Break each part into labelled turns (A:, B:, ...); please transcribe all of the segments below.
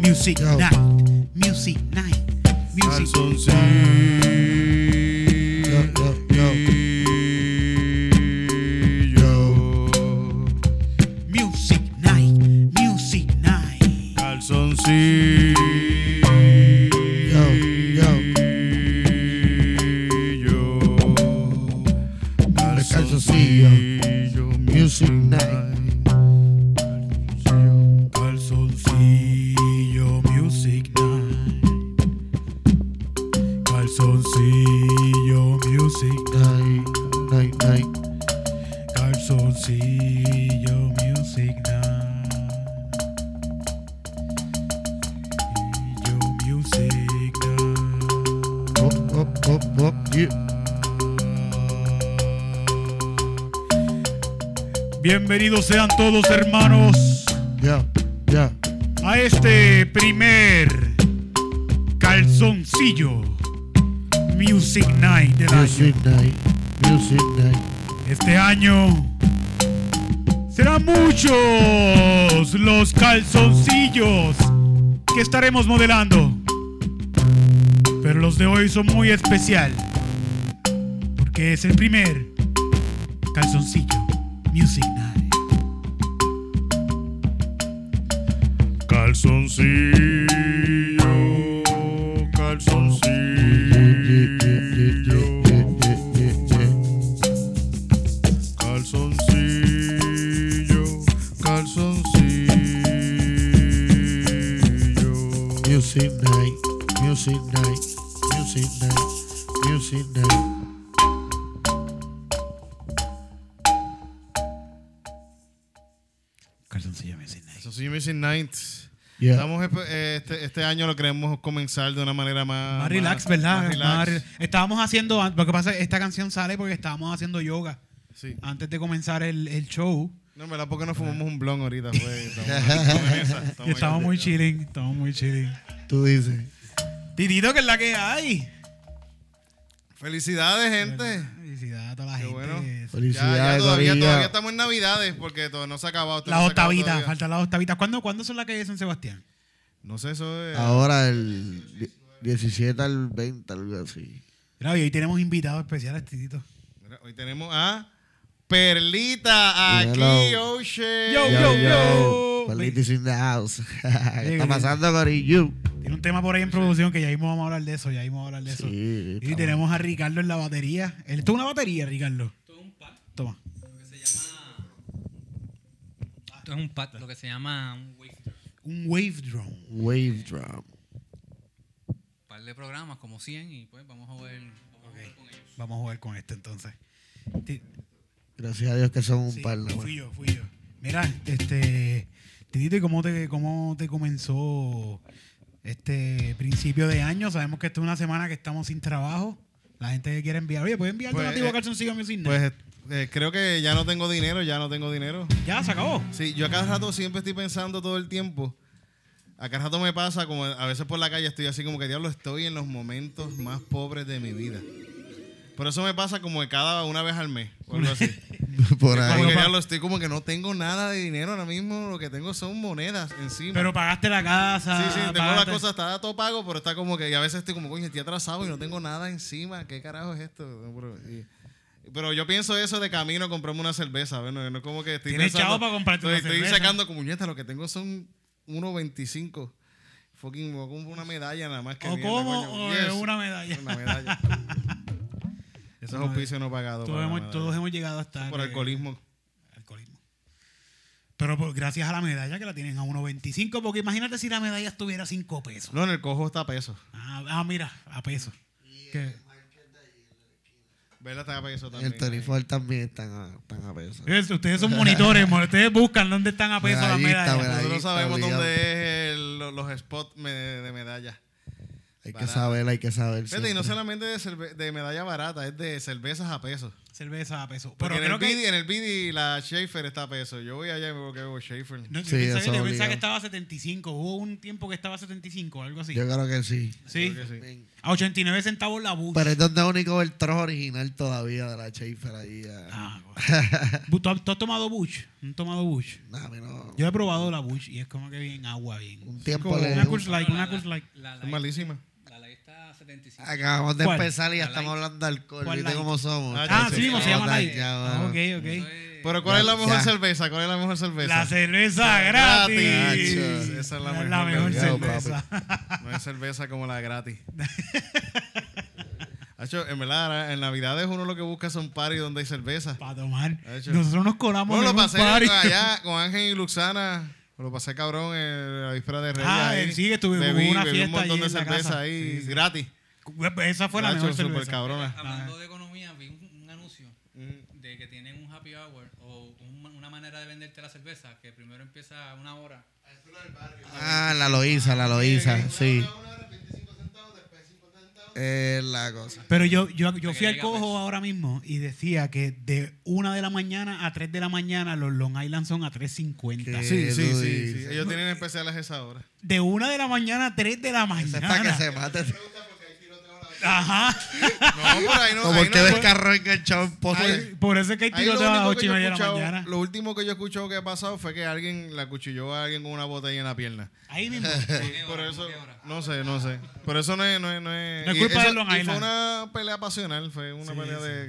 A: Music
B: Yo.
A: night. Music night.
B: Yo,
A: Music
C: Calzoncillo.
B: yo, yo.
A: Music night. Music night.
B: Yo, yo. Calzoncillo.
C: Calzoncillo.
B: Music night.
C: Calzoncillo Music Night. Calzoncillo Music
B: Night, night, night.
C: Calzoncillo Music Night. Yo Music Night.
B: Up, up, up, up. Yeah.
C: Bienvenidos sean todos hermanos
B: Ya, ya.
C: a este primer calzoncillo Music Night del año.
B: Music night. Music night.
C: Este año serán muchos los calzoncillos que estaremos modelando. Pero los de hoy son muy especial. Porque es el primer calzoncillo Music Night. Calzoncillo,
B: Calzoncillo,
C: Calzoncillo, calzoncillo.
B: Music night, music night, music night, music night.
A: Calzoncillo Music night.
D: Calzoncillo Music Night.
B: Yeah.
D: Estamos, espe- eh, este, este año lo queremos comenzar de una manera más.
A: Más relax, ¿verdad?
D: Ah, más relax.
A: Más re- estábamos haciendo, an- lo que pasa es que esta canción sale porque estábamos haciendo yoga
D: Sí.
A: antes de comenzar el, el show.
D: No, en verdad, porque no fumamos un blon ahorita, fue. Estamos en esa,
A: Y estamos
D: en
A: muy
D: esa.
A: chilling, estamos muy chilling.
B: Tú dices.
A: Titito, que es la que hay.
D: Felicidades, gente.
A: Felicidad a toda la
D: Qué
A: gente.
D: bueno. Ya, ya
B: Felicidades,
D: todavía,
B: María.
D: todavía estamos en Navidades porque todo, no se ha acabado. esto no
A: Las
D: se ha acabado
A: octavitas,
D: todavía.
A: faltan las octavitas. ¿Cuándo, ¿Cuándo son las que hay en San Sebastián?
D: No sé, eso es.
B: Ahora el die- 17 al 20, algo así.
A: Mira, y hoy tenemos invitados especiales, Titito.
D: Mira, hoy tenemos a Perlita aquí,
B: Hello.
D: Ocean.
A: Yo, yo, yo.
B: Perlita is in the house. ¿Qué
A: Llega,
B: está pasando, Corillo?
A: Tiene un tema por ahí en producción que ya mismo vamos a hablar de eso, ya mismo vamos a hablar de eso.
B: Sí,
A: y
B: estamos-
A: tenemos a Ricardo en la batería. Él- Esto es una batería, Ricardo. Toma.
E: Esto es un pad, lo que se llama un wafter.
A: Un wave drone.
B: Wave drum.
E: Un par de programas, como 100, y pues vamos a jugar, vamos a jugar con ellos.
A: Vamos a jugar con esto entonces. Ti-
B: Gracias a Dios que son un
A: sí,
B: par. ¿no?
A: fui yo, fui yo. Mira, este. Titito, ¿y cómo te, cómo te comenzó este principio de año? Sabemos que esta es una semana que estamos sin trabajo. La gente que quiere enviar. Oye, ¿puedes enviar
D: Pues,
A: donativo a
D: eh,
A: Calzoncillo Music Night?
D: Pues eh, creo que ya no tengo dinero, ya no tengo dinero.
A: Ya, se acabó.
D: Sí, yo a cada rato siempre estoy pensando todo el tiempo. A cada rato me pasa, como a veces por la calle estoy así como que diablo, estoy en los momentos más pobres de mi vida. Por eso me pasa como que cada una vez al mes. o algo así.
B: Por ahí.
D: Como que diablo, estoy como que no tengo nada de dinero ahora mismo, lo que tengo son monedas encima.
A: Pero pagaste la casa.
D: sí, sí, tengo
A: pagaste-
D: las cosas, está todo pago, pero está como que, y a veces estoy como, coño, estoy atrasado y no tengo nada encima, ¿qué carajo es esto? Pero, y- pero yo pienso eso de camino, comprarme una cerveza, bueno, no es como que estoy
A: Tienes
D: pensando-
A: chavo para comprarte una
D: estoy, estoy
A: cerveza.
D: sacando como muñeca, lo que tengo son 1.25. Fucking, me voy a comprar una medalla nada más que
A: O
D: mierda,
A: como
D: coño.
A: o
D: Yes,
A: eh, una medalla.
D: Una medalla. Eso es auspicio no pagado.
A: Todos
D: para la
A: hemos,
D: medalla.
A: todos hemos llegado hasta.
D: Por alcoholismo.
A: alcoholismo. Pero pues, gracias a la medalla que la tienen a 1.25, porque imagínate si la medalla estuviera a 5 pesos.
D: No, en el cojo está peso.
A: Ah, ah, mira, a pesos. Que-
D: ¿Verdad? Está peso también.
B: El Torifor también están a, están a peso.
A: Fíjense, ustedes son monitores, mo- ustedes buscan dónde están a peso las
B: Medallista,
A: medallas.
B: medallista.
D: Nosotros sabemos
B: obligado.
D: dónde es el- lo- los spots me- de medalla.
B: Hay que
D: Barato.
B: saber, hay que saber.
D: Fíjate, y no
B: siempre.
D: solamente de, cerve- de medalla barata, es de cervezas a peso.
A: cerveza a peso. Pero
D: Porque en el,
A: creo
D: BD,
A: que.
D: en el BD la Schaefer está a peso. Yo voy allá y me voy a quedar con Schaefer.
A: No,
B: Sí,
A: yo
B: eso
A: pensaba que- yo
B: obligado.
A: pensaba que estaba a 75. Hubo un tiempo que estaba a 75, algo así.
B: Yo creo que sí.
A: sí.
D: Creo que sí.
A: A 89 centavos la bus.
B: Pero es donde único el trozo original todavía de la Schaefer ahí. eh.
A: Ah, bueno. ¿Tú, has- tú has tomado Bush? ¿No has tomado Bush?
B: Nah, a mí no.
A: Yo he probado la Bush y es como que bien agua, bien.
B: Un tiempo
D: como
B: le.
A: Una Coors Light,
E: la-
A: una Coors
E: la-
A: Light.
E: La,
D: Es
E: light-
D: malísima.
E: la light está a 75.
B: Acabamos de
A: ¿Cuál?
B: empezar y ya
E: La
B: estamos
E: light.
B: hablando de alcohol.
A: ¿Cuál
B: ¿Viste
A: light?
B: cómo somos?
D: Ah,
A: Ah, sí,
D: sí, sí,
A: mismo se
D: sí,
A: llama
B: Ya,
A: Light.
B: ya,
A: Ah,
B: bueno.
A: Ok,
E: Eso
A: ok.
E: es-
D: Pero ¿cuál es la
B: Ya,
D: mejor
B: ya.
D: cerveza? ¿Cuál es la mejor cerveza?
A: La cerveza gratis.
D: gratis. Esa es la mejor
B: cerveza,
A: cerveza.
D: No hay cerveza como la gratis. Hacho, en verdad, en Navidades uno lo que busca son paris donde hay cerveza.
A: Para tomar.
D: De hecho.
A: Nosotros nos colamos
D: Bueno,
A: en
D: lo
A: un
D: pasé
A: party.
D: allá con Ángel y Luxana. Lo pasé cabrón en la víspera de Reyes.
A: Ah,
D: ahí.
A: sí, que tuvimos
D: Bebí-
A: una
D: bebí un
A: fiesta
D: montón
A: allí
D: de
A: en la
D: cerveza
A: casa.
D: ahí,
A: Sí, sí.
D: gratis.
A: Esa fue la
D: Nacho,
A: mejor
D: super
A: cerveza.
D: cabrona.
A: Ah.
E: Hablando de economía, vi un, un anuncio
D: Mm.
E: de que tienen un happy hour o un- una manera de venderte la cerveza que primero empieza a una hora.
B: Ah, la Loiza, la Loiza, sí. Es la cosa.
A: Pero yo, yo, yo fui al
E: Agrega
A: cojo
E: peso.
A: ahora mismo y decía que de una de la mañana a 3 de la mañana los Long Island son a 3.50.
B: ¿Qué?
D: Sí, sí,
B: Eso
D: sí,
B: dice.
D: sí. Ellos tienen especiales a esa hora.
A: De una de la mañana a 3 de la
B: Esa
A: mañana.
B: es para que se mate.
A: Ajá.
D: No, por ahí no.
B: Como
D: ahí
B: el que
D: no-
B: ves carro enganchado en pozo.
D: Ahí-
A: Por eso es que hay
D: ahí lo,
A: tiroteo a las
D: único que
A: 8 y
D: yo he
A: media de la
D: escuchado-
A: mañana.
D: lo último que yo he escuchado que ha pasado fue que alguien la cuchilló a alguien con una botella en la pierna.
A: Ahí mismo.
E: ¿Qué
D: Por
E: hora?
D: eso,
E: ¿Qué hora?
D: no sé, no sé. Por eso no es. No es, no es,
A: No es
D: y
A: culpa
D: eso-
A: de Long
D: y Fue
A: Island.
D: una pelea pasional. Fue una pelea de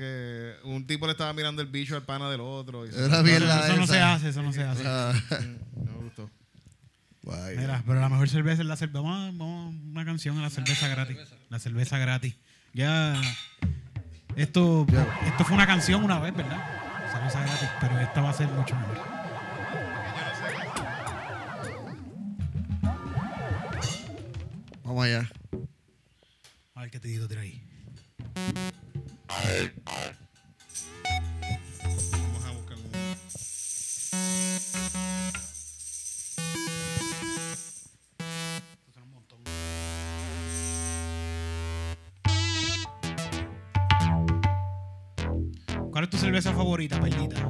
D: que un tipo le estaba mirando el bicho al pana del otro. Y
B: Una
A: Eso,
B: mierda
A: eso no
B: esa.
A: se hace, eso no se hace.
D: No me gustó.
B: Guay.
A: Mira, pero la mejor cerveza es la cerveza. Vamos, a- vamos a una canción a la cerveza gratis. La cerveza gratis. Ya. Esto, esto fue una canción una vez, ¿verdad? Cerveza gratis, pero esta va a ser mucho mejor.
B: Vamos allá.
A: A ver qué te digo, tira ahí.
D: Vamos a buscar un-
A: ¿Cuál es tu cerveza favorita, Perlita?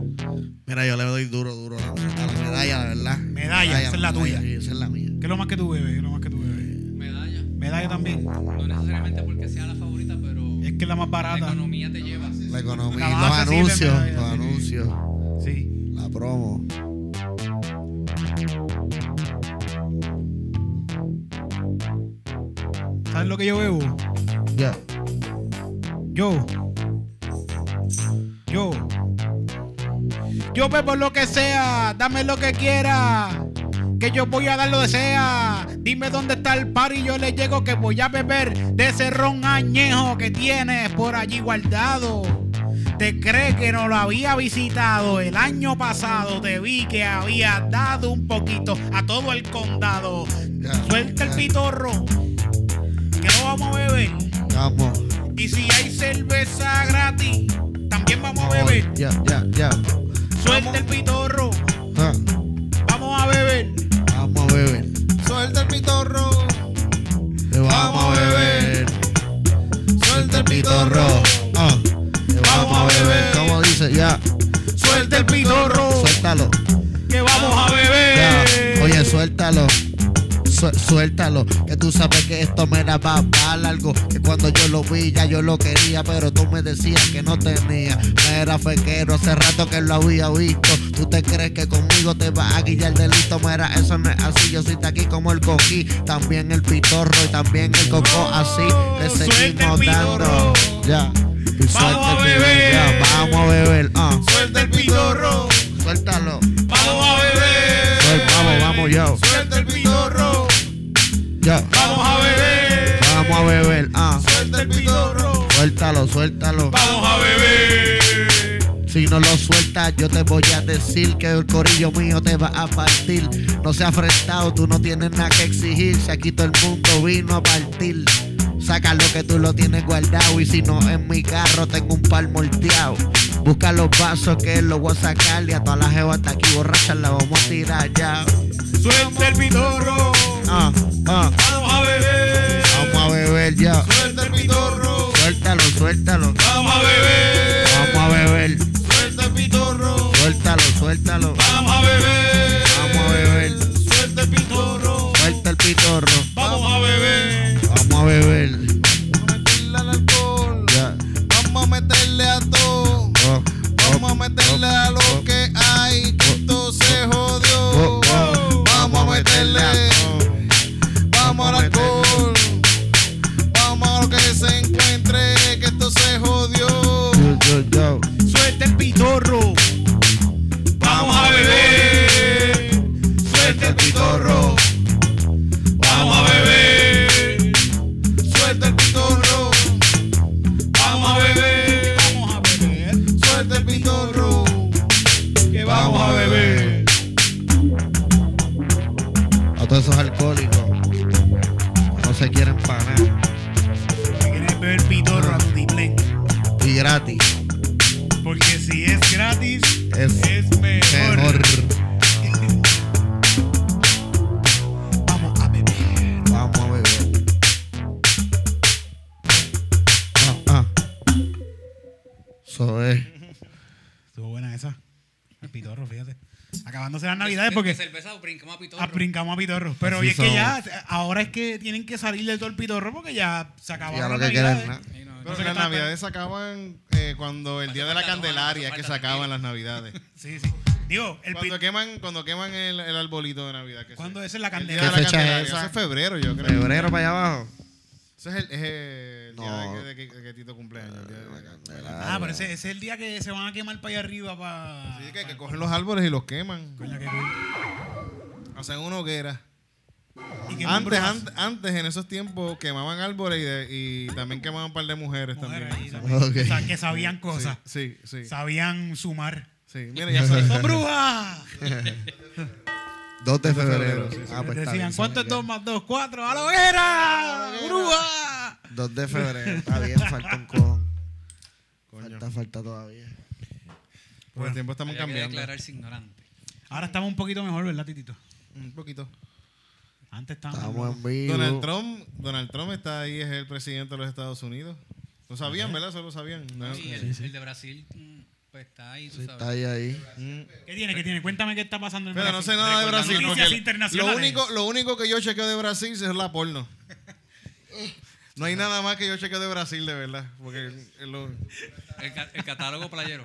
B: Mira, yo le doy duro, duro a la, a la medalla, la verdad.
A: Medalla, esa es la tuya.
B: sí, esa es la mía.
A: ¿Qué es lo más que tú bebes? ¿Qué es lo más que tú bebes?
E: Medalla.
A: Medalla también.
E: No necesariamente porque sea la favorita, pero
A: Es que es la más
E: la
A: barata.
E: economía te lleva.
B: La economía,
A: La más
B: los
A: accesible,
B: anuncios,
A: medalla,
B: los
A: sí.
B: anuncios,
A: Sí.
B: la promo.
A: ¿Sabes lo que yo bebo?
B: Ya.
A: Yo. Yo. Yo bebo lo que sea, dame lo que quiera. Que yo voy a dar lo que sea. Dime dónde está el par y yo le llego que voy a beber de ese ron añejo que tienes por allí guardado. Te crees que no lo había visitado el año pasado. Te vi que había dado un poquito a todo el condado.
B: Ya,
A: Suelta el
B: ya.
A: pitorro. Que lo vamos a beber.
B: Vamos.
A: Y si hay cerveza gratis, también vamos a beber.
B: Ya, ya, ya.
A: Suelta el pitorro,
B: Ah,
A: vamos a beber.
B: Vamos a beber.
D: Suelta el pitorro.
B: Te vamos a beber. Suelta el pitorro. Ah, Te vamos a beber. ¿Cómo dice? Ya.
A: Suelta el pitorro,
B: Suéltalo.
A: que vamos a
B: Ya.
A: beber.
B: Oye, suéltalo. Su- suéltalo, que tú sabes que esto me da para algo. Que cuando yo lo vi ya yo lo quería, pero tú me decías que no tenía. Me era fequero, hace rato que lo había visto. Tú te crees que conmigo te vas a guillar de listo. Mira, eso no es así. Yo soy de aquí como el coquí, también el pitorro y también el coco. Así le
A: Suelta el
B: seguimos
A: pitorro.
B: dando. Ya. Y suelta el
A: a
B: pitorro,
A: beber.
B: ya. Vamos a beber. ah.
A: Suelta el pitorro,
B: Suéltalo.
A: vamos a beber.
B: Suel- Vamos, vamos, yo.
A: Suelta el pitorro,
B: Ya.
A: vamos a beber.
B: Vamos a beber. ah.
A: Suelta el pitorro,
B: Suéltalo, suéltalo.
A: vamos a beber.
B: Si no lo sueltas, yo te voy a decir que el corillo mío te va a partir. No seas afrentado, tú no tienes nada que exigir. Si aquí todo el mundo vino a partir. Saca lo que tú lo tienes guardado. Y si no, en mi carro tengo un par molteado. Busca los vasos que los voy a sacar. Y a todas las jevas de aquí borrachas las vamos a tirar ya.
A: Suelta el pitorro,
B: Ah, ah.
A: vamos a beber.
B: Vamos a beber ya.
A: Suelta el pitorro,
B: Suéltalo, suéltalo.
A: vamos a beber.
B: Vamos a beber. Suéltalo, suéltalo.
F: Vamos a beber.
B: Vamos a beber.
F: Suelta el pitorro.
B: Suelta el pitorro.
F: Vamos a beber.
B: Vamos a beber.
D: Vamos a meterle al alcohol.
B: Ya.
D: Vamos a meterle a todo.
B: Oh,
D: Vamos a meterle a
B: oh,
D: lo que hay. Que esto se
B: oh,
D: jodió.
B: oh.
D: Vamos a meterle
B: a todo.
D: Vamos al
B: Vamos a meterle.
D: alcohol. Vamos a lo que se encuentre. Que esto se jodió.
B: Yo, yo, yo.
F: Suelta el pitorro. Vamos a beber. Suelta el pitorro. Vamos a beber.
D: Suelta el pitorro.
F: Vamos a beber.
E: Vamos a beber.
D: Suelta el pitorro.
F: Que vamos a beber.
B: A todos esos alcohólicos. No se quieren pagar.
C: Si quieres beber pitorro a tu tiplén.
B: Y gratis.
C: Porque si es gratis,
B: Es
C: es mejor.
B: mejor.
C: Vamos a beber.
B: Vamos a beber. Ah, ah. Eso es.
A: Estuvo buena esa. El pitorro, fíjate. Acabándose las navidades porque
E: De cerveza brincamos a pitorro.
A: ah, brincamos a pitorro. Pero
B: Así
A: y es que
B: son.
A: ya, ahora es que tienen que salir del todo el pitorro porque ya se acabaron
B: Ya lo
A: las
B: que queda es
A: navidades.
B: nada.
E: Sí, no,
D: Pero
E: no sé
D: las
E: qué tal,
D: navidades se acaban eh, cuando el día de la
E: falta, no,
D: Candelaria
E: hace
D: que se
E: falta,
D: acaban las navidades.
A: Sí, sí. Digo, el
D: Cuando
A: pitorro.
D: queman, cuando queman el, el arbolito de Navidad. Que
A: ¿Cuándo
D: sí.
A: es? Es la
D: El día
A: Candelaria.
D: de la
B: ¿Qué fecha es
D: Candelaria.
B: esa?
D: Eso es febrero, yo creo.
B: Febrero para allá abajo.
D: Ese es el, es el día
B: No.
D: de que, de que- de que Tito cumpleaños. el día de la Candelaria.
A: Ah, pero ese, ese es el día que se van a quemar para allá arriba para.
D: Así que, que cogen los árboles y los queman.
A: Coño, qué cool.
D: Hacen una hoguera.
A: Y que
D: Antes,
A: miembros-
D: antes, antes, en esos tiempos, quemaban árboles y, de- y también quemaban un par de mujeres,
A: mujeres ahí
D: también.
B: Ok.
A: también. O sea, que sabían cosas.
D: Sí, sí. Sí,
A: Sabían sumar.
D: sí. Mira, ya sabes.
A: ¡Son brujas!
B: 2 de febrero.
D: febrero, sí, sí.
B: Ah, pues está
A: Decían,
B: bien.
A: ¿cuánto es 2 más 2? ¡4! ¡A la hoguera! ¡Bruja!
B: 2 de febrero. Está bien, falta un con.
D: Coño,
B: Falta, falta todavía.
D: por el tiempo estamos
E: habría que
D: cambiando.
E: declararse ignorante.
A: Ahora estamos un poquito mejor, ¿verdad, Titito?
D: Un poquito.
A: Antes estábamos.
B: Estamos en vivo.
D: Donald Trump, Donald Trump está ahí, es el presidente de los Estados Unidos. Lo sabían, ¿verdad? Eso lo sabían. ¿no?
E: Y el, el de Brasil, mm, pues está ahí, tú
B: Sí,
E: sabes.
B: Está ahí, ahí.
D: Mm.
A: ¿Qué tiene? ¿Qué tiene? Cuéntame qué está pasando en
D: Pero no
A: Brasil.
D: sé nada de Brasil.
A: Recordando
D: porque
A: Noticias internacionales.
D: lo, único, lo único que yo chequeo de Brasil es la porno. No hay nada más que yo chequeo de Brasil, de verdad. Porque es lo-
E: El, ca- el catálogo playero.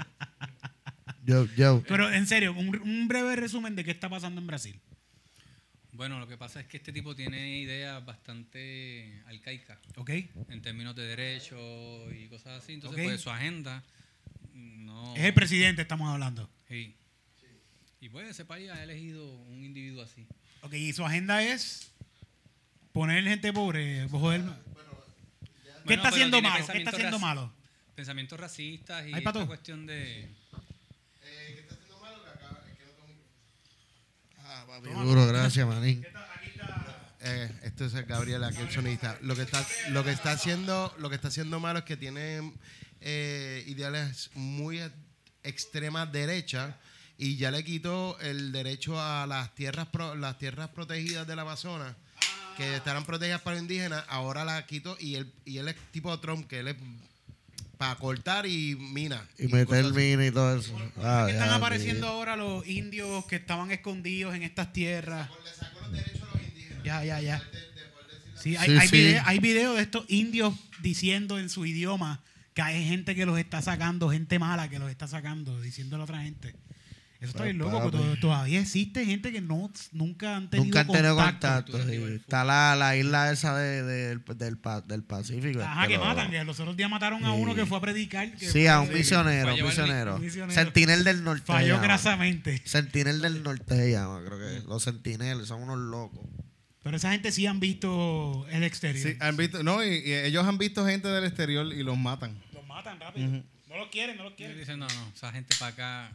B: Yo, yo.
A: Pero en serio, un, un breve resumen de qué está pasando en Brasil.
E: Bueno, lo que pasa es que este tipo tiene ideas bastante arcaicas
A: ¿Ok?
E: en términos de derechos y cosas así. Entonces,
A: Ok.
E: pues su agenda mm, no.
A: Es el presidente, estamos hablando.
E: Sí. Y pues ese país ha elegido un individuo así.
A: Ok, y su agenda es poner gente pobre, joder. ¿Qué
E: Bueno,
A: está
E: pero
A: haciendo
E: tiene
A: malo? ¿Qué está
E: pensamientos
A: haciendo
E: raci-
A: malo?
E: Pensamientos racistas y
A: Ay, pato.
E: esta cuestión de.
B: Duro, gracias, manín.
G: Eh, esto es el Gabriel, aquel sonista. Lo que está, lo que está haciendo, lo que está haciendo malo es que tiene eh, ideales muy e- extrema derecha y ya le quitó el derecho a las tierras, pro- las tierras protegidas del Amazonas que estarán protegidas para los indígenas. Ahora las quitó y él, y él es tipo Trump que él es para cortar y mina
B: Y meter
G: cosas
B: el
G: así.
B: mini y todo eso. Ah,
A: ¿Qué están
B: ya,
A: apareciendo ahora los indios que estaban escondidos en estas tierras?
G: Le sacó los derechos a los indígenas.
A: Ya, ya, ya. Sí, hay,
B: Sí,
A: hay
B: sí.
A: vide- hay videos de estos indios diciendo en su idioma que hay gente que los está sacando, gente mala que los está sacando, diciéndole a otra gente. Eso está bien loco,
B: Papi.
A: porque to- todavía existe gente que no, nunca han tenido
B: Nunca han tenido
A: contacto.
B: contacto. sí. Está la, la isla esa de, de- del, del, pa- del Pacífico.
A: Ajá, que
B: pero-
A: matan. Que los otros días mataron a
B: Sí.
A: uno que fue a predicar. que
B: Sí, a un
A: fue-
B: misionero, un
E: Falló el mi-
B: misionero.
A: un misionero.
B: Sentinel del norte. se
A: Falló
B: llama.
A: grasamente.
B: Sentinel del norte se llama, creo que. es. Los sentineles son unos locos.
A: Pero esa gente sí han visto el exterior.
D: Sí, han visto, no, y, y ellos han visto gente del exterior y los matan.
A: Los matan rápido. No los quieren, no los
E: Y él
A: quieren.
E: dice, no, no, esa gente para acá.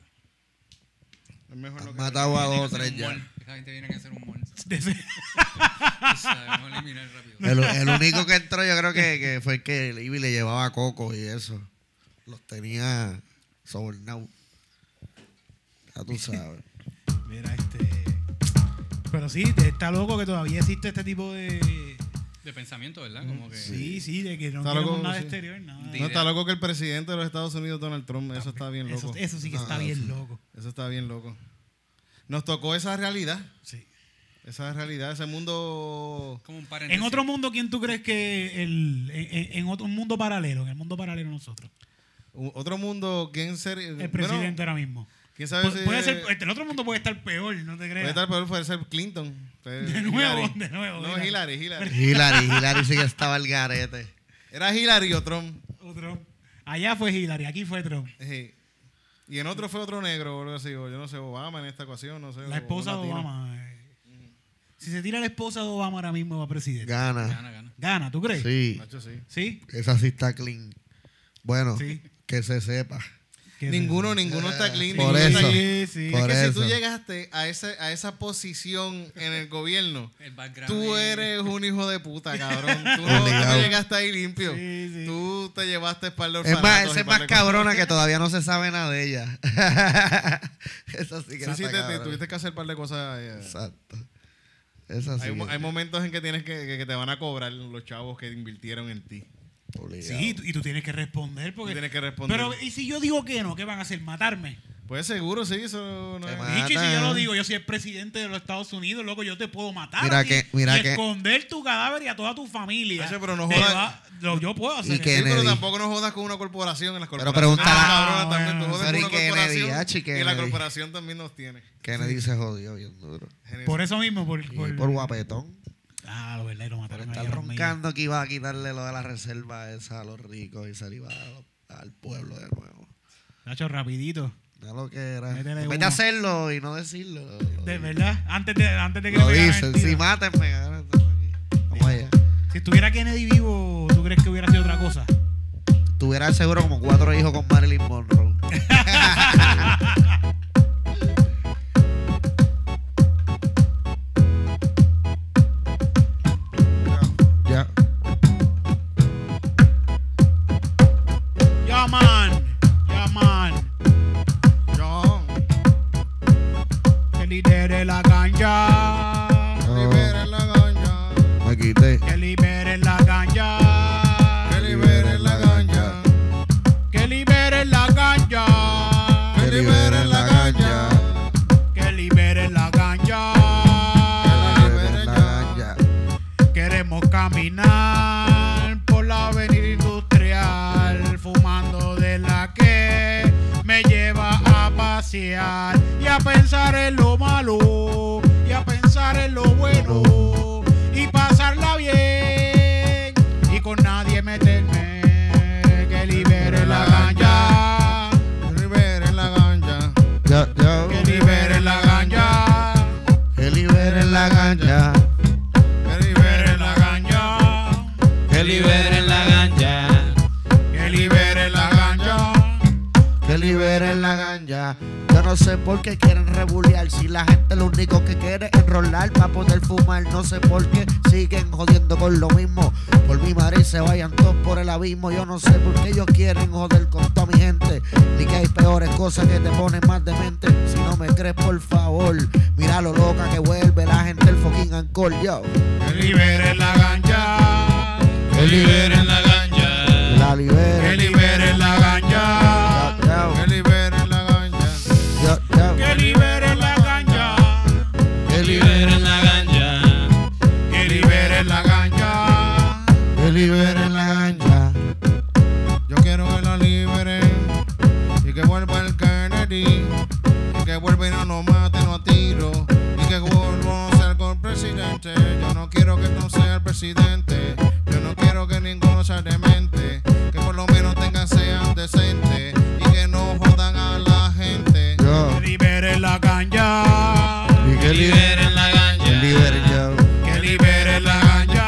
D: Es mejor no
B: Han
D: que-
B: matado a
E: vienen
B: dos o
E: hacer un
B: tres ya.
E: mall. Esa gente viene a hacer un mall.
A: Desde-
E: O sea, Vamos a eliminar rápido.
B: El, el único que entró, yo creo que, que fue el que el Ibi le llevaba coco y eso. Los tenía sobornados. Ya tú sabes.
A: Mira, este. Pero sí, está loco que todavía existe este tipo de, de
E: de pensamiento, ¿verdad? Como que
A: Sí, sí, de que no
D: Está
A: queremos
D: loco,
A: nada
D: sí.
A: exterior, nada.
E: Di-
D: No, está loco que el presidente de los Estados Unidos, Donald Trump. Eso está bien
A: Eso,
D: loco. Ah,
A: eso sí que está bien loco.
D: Eso está bien loco. Nos tocó esa realidad.
A: Sí.
D: Esa realidad, ese mundo.
E: como un paréntesis.
A: En otro mundo, ¿quién tú crees que el, en, en- en otro un mundo paralelo, en el mundo paralelo nosotros?
D: u- Otro mundo. ¿Quién ser,
A: El presidente ahora mismo.
D: ¿Quién sabe
A: Pu-
D: si.
A: puede ser, este, el otro mundo puede estar peor, no te
D: puede
A: creas.
D: estar peor, puede ser Clinton. Puede-
A: De nuevo,
D: Hillary.
A: de nuevo,
D: No,
A: Hillary.
D: Hillary, Hillary.
B: Hilary, Hilary sí que estaba al garete.
D: Era Hillary o Trump.
A: O Trump. Allá fue Hillary, aquí fue Trump.
D: Sí. Y en otro fue otro negro, o algo así, o yo no sé, Obama en esta ocasión, no sé. o-
A: La esposa
D: o
A: de
D: latino.
A: Obama. eh. Si se tira la esposa de Obama ahora mismo va presidente.
B: Gana.
E: Gana, gana.
A: Gana, ¿tú crees?
B: Sí,
D: Nacho, sí.
A: ¿Sí?
B: esa sí está clean. Bueno,
A: Sí.
B: que se sepa.
A: ¿Qué
D: Ninguno, ninguno está clean.
B: Por
D: ninguno está
B: eso.
A: Sí,
D: clean.
A: sí.
B: Por
D: es que si tú
B: eso.
D: llegaste a esa, a esa posición en el gobierno,
E: El background.
D: tú
E: es-
D: eres un hijo de puta, cabrón. Tú no, tú no
B: Obligado.
D: llegaste ahí limpio.
A: Sí, sí.
D: Tú te llevaste para el
B: Es más,
D: orfanato.
B: esa es más cabrona que todavía no se sabe nada de ella. esa sí que
D: Sí,
B: está
D: sí, te- te,
B: cabrona.
D: tuviste que hacer un par de cosas. eh.
B: Exacto. Esa sí.
D: Hay, mo-
B: que-
D: hay momentos en que tienes que, que- que te van a cobrar los chavos que invirtieron en ti.
B: obligado.
A: Sí, y tú- y tú tienes que responder porque...
D: Tienes que responder.
A: Pero, ¿y si yo digo que no? ¿Qué van a hacer? ¿Matarme?
D: Pues seguro, sí, eso no
B: Te
D: es-
B: mata.
A: Bicho, y si yo lo digo, yo soy el presidente de los Estados Unidos, loco, yo te puedo matar.
B: Mira
A: a ti
B: que- mira
A: y
B: que-
A: esconder tu cadáver y a toda tu familia.
D: Oye, pero no
A: Te
D: jodas.
A: va- lo- yo puedo hacer
B: Y
A: eso.
B: que-
D: Sí, pero
B: Kennedy.
D: tampoco no jodas con una corporación en las
B: Pero
D: corporaciones.
B: pregúntale-
D: Ah,
A: Ah,
D: cabrona, también, tú
A: bueno.
D: jodas
B: Sorry,
D: con una
B: Kennedy,
D: corporación
B: H,
D: Y la
B: Kennedy.
D: corporación también nos tiene.
B: Kennedy se jodió bien duro.
A: Por eso mismo, por...
B: Y
A: por-
B: por guapetón.
A: Ah, lo verdad, y lo
B: Por
A: mataron.
B: estar
A: ahí a los medios.
B: roncando que iba a quitarle lo de la reserva esa a los ricos y se le iba a lo- al pueblo de nuevo.
A: Nacho, rapidito.
B: Ya lo que era.
A: Métele
B: En vez
A: uno.
B: de hacerlo y no decirlo. lo- lo-
A: De verdad, antes de, antes de que
B: Lo
A: le pegaran
B: dicen,
A: el tiro.
B: si mátenme. ahora estamos aquí. Vamos allá.
A: Si estuviera Kennedy vivo, ¿tú crees que hubiera sido otra cosa?
B: Tuviera seguro como cuatro hijos con Marilyn Monroe. ya.
A: Ya, man. Ya, man.
D: John,
A: El libere la
D: Ah.
A: ganja.
B: No,
D: libera la ganja.
B: me quité.
A: Que libere la ganja.
D: Que libere la ganja.
A: Que libere la ganja.
D: Que libere la ganja.
A: Que libere la ganja.
B: Liberen la ganja.
A: Queremos caminar por la avenida industrial, fumando de la que me lleva a pasear y a pensar en lo malo y a pensar en lo bueno y pasarla bien y con nadie meterme. Que libere la ganja,
D: Que libere la ganja.
B: Ya, ya.
A: que libere la ganja,
B: Que liberen la ganja.
D: Que
A: libere
D: libere
A: la
D: la ganja.
A: ganja,
F: Que liberen la ganja.
A: que libere la ganja.
B: Que liberen la ganja. Yo no sé por qué quieren rebulear. Si la gente lo único que quiere es enrolar para poder fumar. No sé por qué siguen jodiendo con lo mismo. Por mi madre se vayan todos por el abismo. Yo no sé por qué ellos quieren joder con toda mi gente. Ni que hay peores cosas que te ponen más demente. Si no me crees, por favor. Mira lo loca que vuelve la gente el fucking alcohol, yo.
A: Que libere la ganja,
F: Que liberen la ganja.
B: La
A: que
B: liberen.
A: libere la ganja,
B: Yo, yo,
D: Que libere la ganja.
B: yo, yo.
A: que libere la ganja,
F: Que liberen la ganja.
A: que libere la ganja,
B: Que liberen la ganja.
D: Yo quiero que la libere. Y que vuelva el Kennedy. Y que vuelva y no nos mate, no a tiro. Y que vuelva a ser con presidente. Yo no quiero que no sea el presidente. Yo no quiero que ninguno sea demente. Que por lo menos tengan sean decentes. Y que no jodan a la gente.
B: Yo.
A: que libere la ganja,
B: Y
F: Que liberen la
B: Que
F: ganja.
B: liberen yo.
A: que libere la ganja,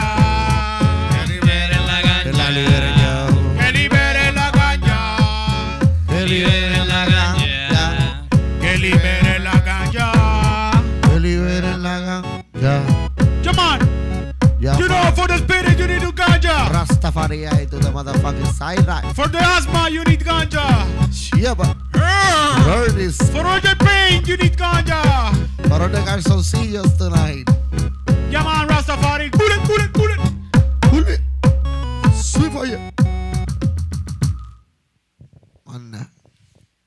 F: Que liberen la
B: Que la liberen
F: ganja.
B: yo.
A: que libere la ganja,
F: Que liberen la ganja.
A: que libere la ganja.
B: Que liberen la ganja.
A: Come on,
B: Ya.
A: you know for the spirit you need ganja,
B: Rastafaria y tu the este motherfucking side right.
A: for the asthma you need ganja,
B: Shiba. Birdies.
A: for all the pain you need ganja.
B: Parón de calzoncillos tonight.
A: Llaman Rastafari. Curen, curen, curen.
B: pollo. Manda.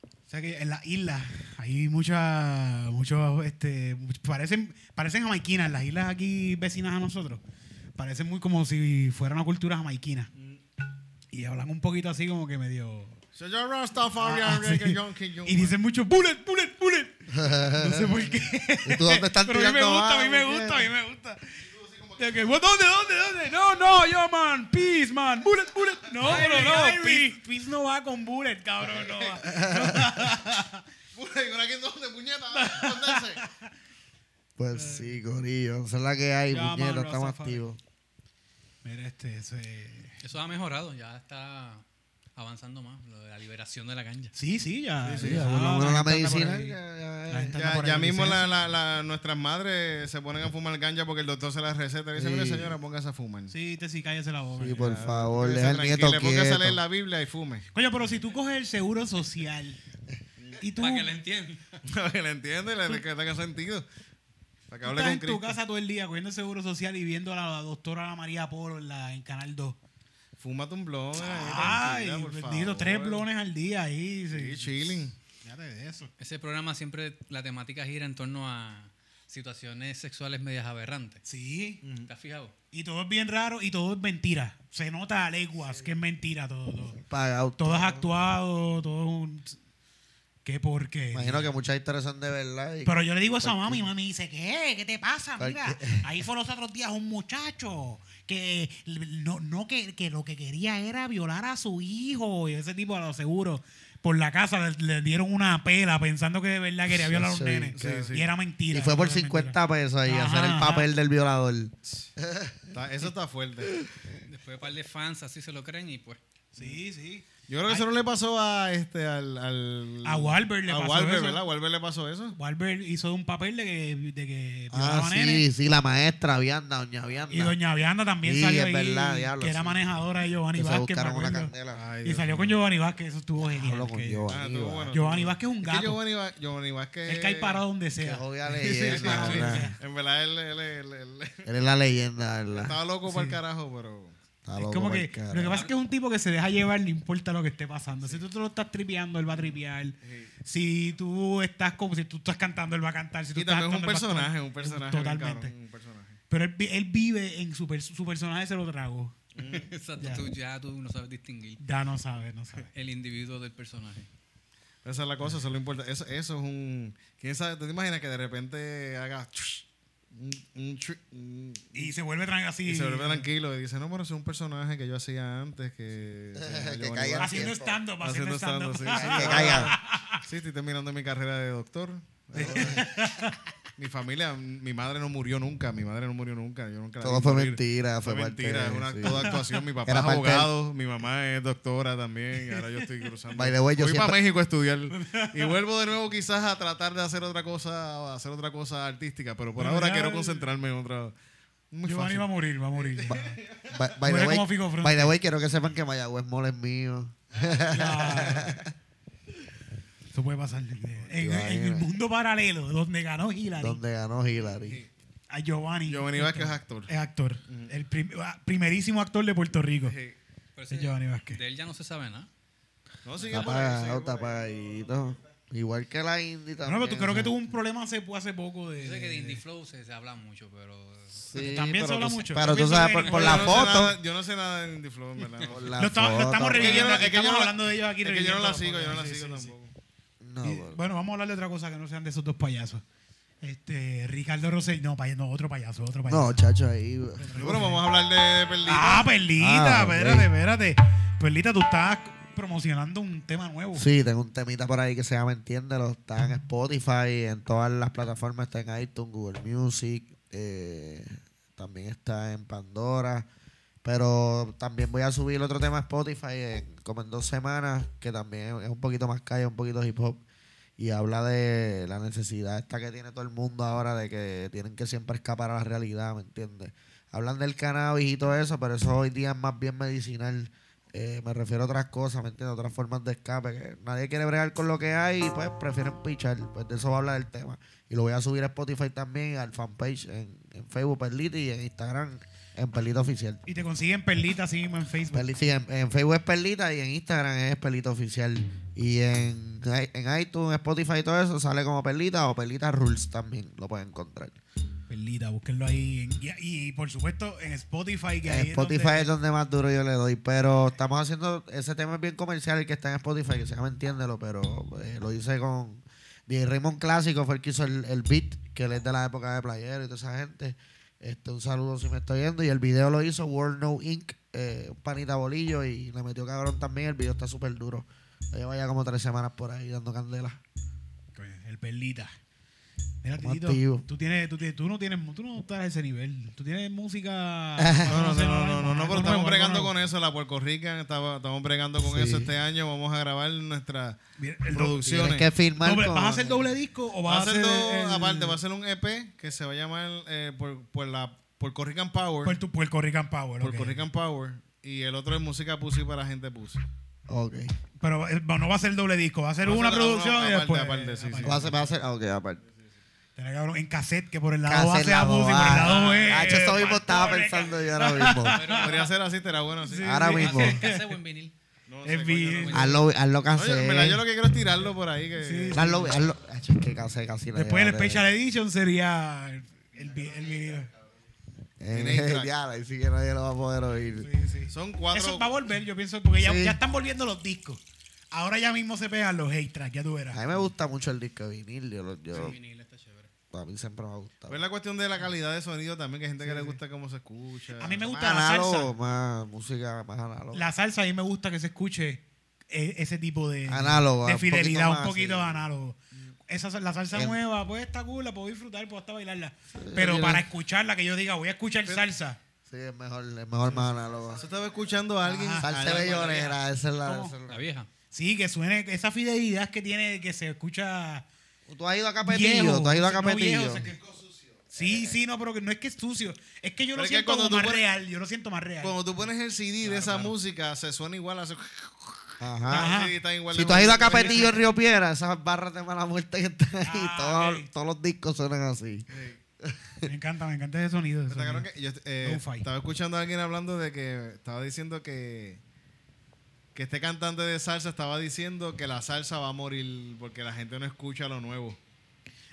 A: O sea que en las islas hay muchas, muchos, este, much- parecen, parecen jamaiquinas, las islas aquí vecinas a nosotros. Parecen muy como si fuera una cultura jamaiquina. Y hablan un poquito así como que medio...
D: Señor Rastafari,
A: Ah, sí.
D: Enrique John King Jr.
A: Y dicen mucho bullet, bullet, bullet. No sé por qué.
B: ¿Y tú dónde estás
A: Pero a mí me
B: tirando
A: gusta, a mí
B: agua,
A: me
B: qué?
A: gusta, a mí me gusta. De que, ¿Dónde, dónde, dónde? No, no, yo, man. Peace, man. Bullet, bullet. No, pero no. Peace, peace no va con bullet, cabrón. No va.
D: Pura, ¿y ahora quién dónde, puñeta? ¿Dónde
B: Pues sí, gorillo. Esa es la que hay,
A: Ya, mano,
B: puñero. Estamos
A: Rastafari.
B: activos.
A: Mira, este, ese...
E: Eso ha mejorado, ya está avanzando más. Lo de la liberación de la ganja.
A: Sí, sí, ya.
B: Sí, ya, por lo menos la medicina. ya, ya, ya.
D: Ya, ya mismo la, la, la- nuestras madres se ponen a fumar ganja porque el doctor se las receta. Y dice,
B: Sí.
D: mire señora, póngase a fumar.
A: Sí, te sí, cállese la boca.
B: Sí, pues. por favor,
D: Póngase
B: deja al
D: tranquila,
B: nieto
D: Póngase a
B: quieto.
D: leer la Biblia y fume.
A: Coño, pero si tú coges el seguro social y tú,
E: Para que le entiendan.
D: No, que le entiende, le que tenga sentido. Para que
A: tú
D: hable
A: estás
D: con
A: en tu
D: Cristo.
A: casa todo el día cogiendo el seguro social y viendo a la doctora María Polo en, la, en Canal 2.
D: Fúmate un blon. eh,
A: Ay, bendito, tres blones al día ahí. Sí,
D: Sí, chilling.
A: Fíjate de eso.
E: Ese programa siempre la temática gira en torno a situaciones sexuales medias aberrantes.
A: Sí,
E: ¿Estás fijado?
A: y todo es bien raro y todo es mentira. Se nota a leguas que es mentira todo. Todo,
B: Pagado.
A: todo es actuado, todo es un... Qué porquería.
B: Imagino que muchas historias son de verdad. y-
A: Pero yo le digo eso a mami y mami dice, ¿qué? ¿Qué te pasa?
B: ¿Por
A: Mira, ahí fue los otros días un muchacho que no, no que, que lo que quería era violar a su hijo y ese tipo a lo seguro. Por la casa le, le dieron una pela pensando que de verdad quería violar a un
B: sí,
A: nene.
D: sí, sí.
A: Y era mentira.
B: y fue por
A: era mentira.
B: 50 pesos ahí,
A: Ajá,
B: hacer el
A: ajá.
B: papel del violador.
D: Está- eso está fuerte.
E: Después de un par de fans así se lo creen y pues.
A: Sí, sí.
D: Yo creo que eso no le pasó a este al, al
A: A Wahlberg le
D: a
A: pasó
D: Wahlberg,
A: eso.
D: ¿verdad? A Wahlberg le pasó eso.
A: Walbert hizo un papel de que, de que violaba
B: Ah,
A: nene.
B: sí, sí, la maestra, Vianda, doña Vianda.
A: Y doña Vianda también
B: Sí,
A: salió
B: es
A: ahí,
B: verdad, diablo,
A: que era
B: sí.
A: manejadora de Giovanni
B: que se
A: Vázquez. me
B: buscaron una
A: acuerdo.
B: candela.
D: Ay,
A: Y
D: Dios.
A: salió con Giovanni Vázquez, eso estuvo genial.
B: Hablo con
A: que-
D: Ah,
B: Giovanni.
D: estuvo
B: va.
D: bueno.
A: Giovanni Vázquez es un
D: Es que
A: gato.
D: Giovanni, Va- Giovanni Vázquez.
A: Él cae parado donde sea.
B: Qué jodida
D: Sí, sí,
B: leyenda,
D: sí, sí.
B: ¿verdad?
D: En verdad, él, él- él- él- él
B: Eres la leyenda, ¿verdad?
D: estaba loco para el carajo, pero.
B: Está
A: Es
B: loco
A: como
B: pa'l
A: que lo que
B: carajo.
A: pasa es que es un tipo que se deja llevar, no importa lo que esté pasando. Si tú te lo estás tripeando, él va a tripear. Si tú estás como si tú estás cantando, él va a cantar. Si tú
D: Y
A: estás
D: también es un
A: actuando, él va a
D: personaje,
A: actuar.
D: un personaje. bien
A: Totalmente.
D: cabrón, un personaje.
A: Pero él, vi- él vive en su, per- su personaje, se lo trago.
E: Exacto,
A: Ya.
E: tú ya tú no sabes distinguir
A: Ya no sabe, no sabe.
E: el individuo del personaje.
D: Esa es la cosa, eso es lo importante. Eso, eso es un. ¿Quién sabe? ¿Tú te imaginas que de repente haga. Un, un tri- un-
A: Y se vuelve tran- así.
D: y se vuelve tranquilo y dice: No, pero eso es un personaje que yo hacía antes. Que. se llama
B: Que
D: Giovanni
B: caiga
D: Vázquez".
A: Haciendo
B: Tiempo.
A: stand-up, haciendo
D: Haciendo
A: stand-up.
D: stand-up, sí.
B: Que caiga.
D: Sí, estoy terminando mi carrera de doctor. Ahora, mi familia, mi madre no murió nunca. Mi madre no murió nunca. Yo nunca la
B: Todo
D: vi
B: fue
D: morir.
B: mentira, fue
D: Fue
B: parte
D: mentira, es
B: de-
D: una
B: sí.
D: toda actuación. Mi papá
B: Era
D: es
B: parte de-
D: abogado, mi mamá es doctora también. y Ahora yo estoy cruzando.
B: By the way, yo
D: Voy para
B: siempre-
D: México a estudiar. Y vuelvo de nuevo quizás a tratar de hacer otra cosa, a hacer otra cosa artística. Pero por
A: Pero
D: ahora
A: ya-
D: quiero concentrarme en otra. Muy
A: Giovanni
D: fácil.
A: va a morir, va a morir.
B: Ba- By
A: Muere
B: the
A: como Fico
B: way-
A: Fron.
B: by the way, quiero que sepan que Mayagüez Mall es mío.
A: Ya. Eso puede pasar. En, en el
B: imaginas.
A: mundo paralelo, donde ganó Hillary,
B: Donde ganó Hillary.
A: a Giovanni.
D: Giovanni Vázquez es actor. Mm.
A: Es actor. El prim- ah, primerísimo actor de Puerto Rico.
D: Sí.
E: Pero ese-
A: Es Giovanni Vázquez.
E: de él ya no se sabe nada.
D: No, sigue
B: Está
D: por ahí, sigue
B: pagado,
D: por
B: está
D: ahí.
B: pagadito. Igual que la Indy
A: No,
B: también.
A: no, pero tú creo que
B: o sea.
A: tuvo un problema hace, hace poco de.
E: Yo sé que de
A: de-
E: Indie Flow se, se habla mucho, pero
B: Sí,
A: También se
B: pero
A: habla
B: tú-
A: mucho.
B: Pero tú
A: También se
B: sabes,
A: habla
B: por,
A: en-
B: por
D: Yo
B: la
D: no sé
B: foto.
D: nada- yo no sé nada de Indie Flow, en verdad. no.
B: Por la
A: Lo, está- lo
B: foto.
A: estamos reviviendo.
D: no-
A: aquí,
D: es que yo
A: estamos
D: no-
A: hablando de ellos aquí.
D: Es que yo no la
A: reviviendo,
D: sigo, yo no la
A: sí,
D: sigo
A: sí, sí.
D: tampoco.
B: No,
A: Y,
B: por-
A: bueno, vamos a hablar de otra cosa que no sean de esos dos payasos. Este, Ricardo Rosell. No, pay- no, otro payaso, otro payaso.
B: no, chacho, ahí.
D: No, pero vamos a hablar de, de Perlita.
A: Ah, Perlita,
B: Ah, ok.
A: espérate, espérate. Perlita, tú estás promocionando un tema nuevo.
B: Sí, tengo un temita por ahí que se llama Entiéndelo. Está en Spotify, en todas las plataformas. Está en iTunes, Google Music. eh, también está en Pandora. Pero también voy a subir otro tema a Spotify en- como en dos semanas, que también es un poquito más calle, un poquito hip hop. Y habla de la necesidad esta que tiene todo el mundo ahora de que tienen que siempre escapar a la realidad, ¿me entiendes? Hablan del cannabis y todo eso, pero eso hoy día es más bien medicinal. Eh, me refiero a otras cosas, ¿me entiendes? Otras formas de escape. que nadie quiere bregar con lo que hay y pues prefieren pichar. Pues de eso va a hablar el tema. Y lo voy a subir a Spotify también, al fanpage en, en en Facebook Perlita y en Instagram en Perlita Oficial.
A: Y te consiguen perlita así mismo en Facebook.
B: Perli- sí, en, en Facebook es Perlita y en Instagram es Perlita Oficial. Y en, i- en iTunes, Spotify y todo eso sale como Perlita o Perlita Rules también. Lo pueden encontrar.
A: Perlita, búsquenlo ahí. en- y, y, por supuesto en Spotify. Que
B: En
A: ahí es donde-
B: Spotify es donde más duro yo le doy. Pero estamos haciendo. Ese tema es bien comercial, el que está en Spotify, que se llama Entiéndelo. Pero eh, lo hice con. DJ Raymond Clásico fue el que hizo el, el beat, que él es de la época de Playero y toda esa gente. Este, un saludo si me estoy viendo. Y el video lo hizo World No Inc., eh, un panita bolillo, y le metió cabrón también. El video está súper duro. Lo llevo ya como tres semanas por ahí dando candela.
A: Coño, El perlita. Mira,
B: Estamos
A: Titito,
B: activos.
A: tú, tienes, tú, tienes, tú no tienes, mu- tú no estás a ese nivel. Tú tienes música.
D: No, no, no,
A: sé,
D: no, no, no, no,
A: algo
D: pero
A: nuevo,
D: estamos
A: algo
D: bregando
A: nuevo.
D: con eso, la Puerto Rican, estaba- estamos bregando con
B: Sí.
D: eso este año, vamos a grabar nuestra
A: Mira, el do-
D: producciones.
B: Tienes que firmar
A: doble-
B: con-
A: ¿Vas a hacer doble disco o
D: Va
A: vas
D: a
A: a hacer
D: ser dos-
A: el-
D: aparte, va a ser un EP que se va a llamar eh, por, por la Puerto Rican Power.
A: Puerto, Puerto Rican Power? ok.
D: Puerto Rican Power. Y el otro es música pussy para gente pussy.
B: Ok.
A: Pero eh, no va a ser doble disco, va a ser
D: Va a
A: una
D: ser-
A: producción
D: no,
A: y
D: aparte,
A: después.
D: aparte, sí,
B: Va a ser, va a ser. ah, Ok, aparte.
A: Tenés que hablar en cassette, que por el lado
B: Casi
A: A sea
B: la
A: música, por el
B: bobada.
A: lado B.
B: Ah, yo eso
A: eh,
B: mismo estaba
A: Puerto Rican.
B: pensando yo ahora mismo.
D: Podría ser así, estará bueno así.
B: Ahora mismo.
E: Hacer cassette o en vinil.
D: No
A: Es
D: coño,
A: bien.
D: no.
B: Hazlo, hazlo
D: No, yo, en verdad, yo lo
B: cassette.
D: que quiero es tirarlo por ahí. Que,
A: Sí.
B: Hazlo, hazlo. Ah, es que cassette casi no
A: Después Pues el
B: lleva,
A: Special Edition sería el, el, vi- el vinilo.
B: Eh,
D: Tiene
B: eh,
D: track.
B: ya, ahí sí que nadie lo va a poder oír.
A: Sí, sí.
D: Son cuatro.
A: Eso va a volver, yo pienso, porque ya,
B: Sí.
A: ya están volviendo los discos. Ahora ya mismo se pegan los hate tracks, ya tú verás.
B: A mí me gusta mucho el disco de vinil. Yo, lo- yo-
E: En vinil está chévere.
B: a mí siempre me ha gustado.
D: Pues la cuestión de la calidad de sonido también, que hay gente que le gusta cómo se escucha.
A: A mí me
B: Más
A: gusta la
B: análogo,
A: salsa.
B: más música, más análogo.
A: La salsa a mí me gusta que se escuche eh, ese tipo de,
B: Análogo, ah,
A: de
B: un
A: fidelidad,
B: poquito
A: un
B: más,
A: poquito
B: sí. Em.
A: de análogo. Esa, la salsa
B: El-
A: nueva, pues está cool, la puedo disfrutar, puedo hasta bailarla. Pero
B: yo-
A: para escucharla, que yo diga, voy a escuchar salsa.
B: Sí, es mejor, es mejor más análogo.
D: Yo estaba escuchando a alguien.
B: Salsa bellonera, esa es la. esa es
E: La
B: la-
E: vieja.
A: Sí, que suene esa fidelidad que tiene, que se escucha
B: Tú has ido a
A: viejo.
B: Capetillo, tú has ido a
A: no
B: Capetillo.
A: viejo, o sea, que- Sí, sí, no, pero que no es que es sucio. Es que yo
D: Eh. Pero
A: lo
D: es que
A: siento
D: cuando
A: como
D: tú
A: más
D: pones-
A: real. Yo lo siento más real.
D: Cuando tú pones el CD de esa música, se suena igual. Hace...
B: Ajá.
D: El CD está igual de
B: Si tú has ido a
D: bonito.
B: Capetillo en Río Piedra, esas barras de mala muerte que están ahí,
A: Ah,
B: todos,
A: ok.
B: todos los discos suenan así.
A: Me encanta, me encanta ese sonido. ese
D: Pero está
A: sonido.
D: claro que yo, eh,
A: Lo-fi.
D: estaba escuchando a alguien hablando de que estaba diciendo que que este cantante de salsa estaba diciendo que la salsa va a morir porque la gente no escucha lo nuevo.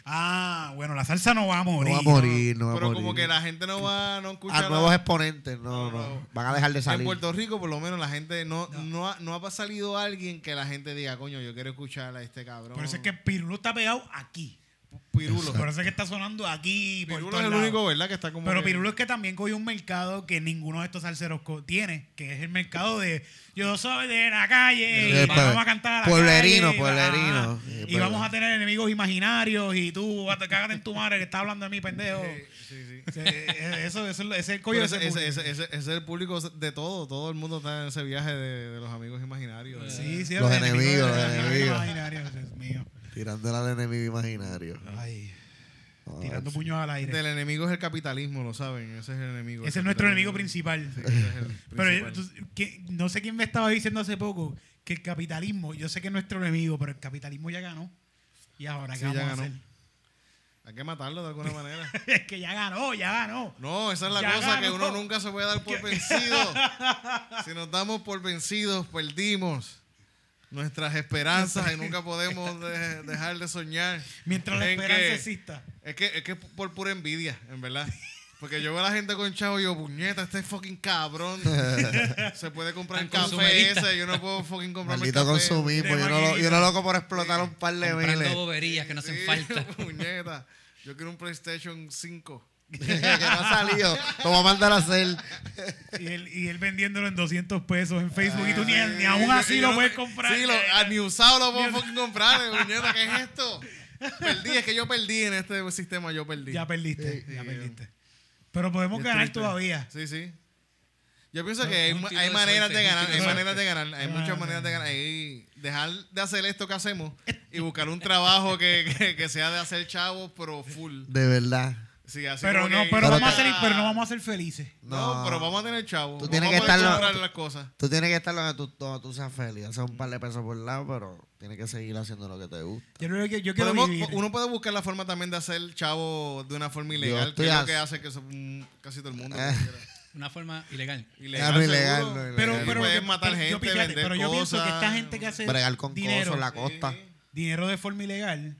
A: Ah, bueno, la salsa no va a morir.
B: No va a morir, no va a
D: Pero
B: morir.
D: como que la gente no va no escucha
B: a
D: la-
B: nuevos exponentes, no, no,
D: no.
B: Van a dejar de
D: En
B: salir.
D: Puerto Rico, por lo menos, la gente no, no. ha, no ha salido alguien que la gente diga, coño, yo quiero escuchar a este cabrón.
A: Por eso es que Pirulo está pegado aquí.
D: Pirulo.
A: Por eso es que está sonando aquí. por
D: Pirulo
A: todos
D: es el
A: lados.
D: único, ¿verdad? Que está como.
A: Pero
D: que-
A: Pirulo es que también cogió un mercado que ninguno de estos salseros co- tiene, que es el mercado de yo soy de la calle, y
B: Eh,
D: pues,
A: vamos
B: pa-
A: a cantar a la
B: pueblerino,
A: calle, y va-
B: pueblerino.
A: ajá,
B: Sí,
A: Y
B: pueblerino.
A: vamos a tener enemigos imaginarios y tú vas a- cágate en tu madre que está hablando de mí, pendejo.
D: Sí, sí.
A: Sí, eh, Eso, eso, es el
D: Pero
A: coño
D: ese, ese- ese- ese- ese es el público de todo. Todo el mundo está en ese viaje de, de los amigos imaginarios. de-
A: Sí, sí,
B: Los enemigos, los enemigos.
A: imaginarios, Dios mío.
B: Tirándola al enemigo imaginario.
A: Ay,
B: Ah,
A: tirando puños al aire.
D: Del enemigo es el capitalismo, lo saben. Ese es el enemigo.
A: Ese es
D: el
A: nuestro enemigo
D: capitalismo.
A: principal.
D: Sí, ese es el
A: Pero eh,
D: principal.
A: entonces, ¿qué- no sé quién me estaba diciendo hace poco que el capitalismo, yo sé que es nuestro enemigo, pero el capitalismo ya ganó. Y ahora, ¿qué
D: Sí,
A: vamos
D: ya
A: a
D: ganó.
A: hacer?
D: Hay que matarlo de alguna manera.
A: es que ya ganó, ya ganó.
D: No, esa es la
A: Ya
D: cosa que
A: ganó.
D: uno nunca se puede dar por vencido. si nos damos por vencidos, perdimos nuestras esperanzas y nunca podemos de- dejar de soñar.
A: Mientras la
D: en que-
A: esperanza exista.
D: Es que es que por pura envidia, en verdad. Porque yo veo a la gente con chavo y yo, puñeta, este fucking cabrón. se puede comprar
E: Tan
D: el café
E: consumerista.
D: ese, yo no puedo fucking comprarme el
B: Maldito
D: café.
B: consumismo.
A: de
B: Yo no, lo- yo no
A: maquinita.
B: loco por explotar un par de
E: Comprando
B: miles.
E: boberías que no hacen
D: Sí,
E: falta.
D: puñeta. Yo quiero un PlayStation 5.
B: que no ha salido. Lo va a mandar a hacer.
A: Y él, y él vendiéndolo en 200 pesos en Facebook. y tú ni, ni
D: Ah, Sí,
A: aún
D: yo-
A: así
D: yo
A: lo
D: no-
A: puedes comprar.
D: Sí, lo, ah, ni usado lo puedo fucking comprar, eh, puñeta, ¿qué es esto? Perdí, es que yo perdí en este sistema, yo perdí.
A: ya perdiste,
D: Sí,
A: ya
D: sí,
A: perdiste. Pero podemos
D: Es
A: ganar
D: triste.
A: todavía.
D: Sí, sí. Yo pienso que hay,
E: un
D: ma-
E: tiro
D: hay
E: de
D: maneras
E: suerte,
D: de
E: un
D: ganar,
E: tiro
D: hay
E: de
D: maneras
E: suerte.
D: de ganar, hay
A: Ah,
D: muchas maneras de ganar. Hay- dejar de hacer esto que hacemos y buscar un trabajo que, que- que sea de hacer chavos, pero full.
B: De verdad.
D: Sí, así
A: Pero
D: como
A: no,
D: que-
A: pero,
B: Pero
A: vamos a
B: te-
A: ser, pero no vamos a ser felices.
D: No,
B: No.
D: pero vamos a tener chavo.
B: Tú tienes
D: Vamos
B: que
D: a
B: estar
D: poder
B: lo-
D: comprar las cosas.
B: Tú tienes que estar donde tú, donde tú seas feliz. Hacer un par de pesos por lado, pero tienes que seguir haciendo lo que te gusta.
A: Yo, creo que- yo quiero
D: Podemos-
A: vivir.
D: uno puede buscar la forma también de hacer chavo de una forma
B: Yo
D: ilegal,
B: estoy
D: que es lo
B: as-
D: que hace que eso, mm, casi todo el mundo.
B: Eh.
E: Una forma ilegal.
B: Ah, no, ilegal,
D: seguro.
B: no,
A: pero,
B: ilegal.
A: pero,
D: Puedes
A: que-
D: matar
A: pero
D: gente,
A: yo, fíjate,
D: vender
A: pero yo pienso que
D: cosas.
A: esta gente que hace
B: Bregar con
A: dinero,
B: cosas en la costa.
A: dinero de forma ilegal,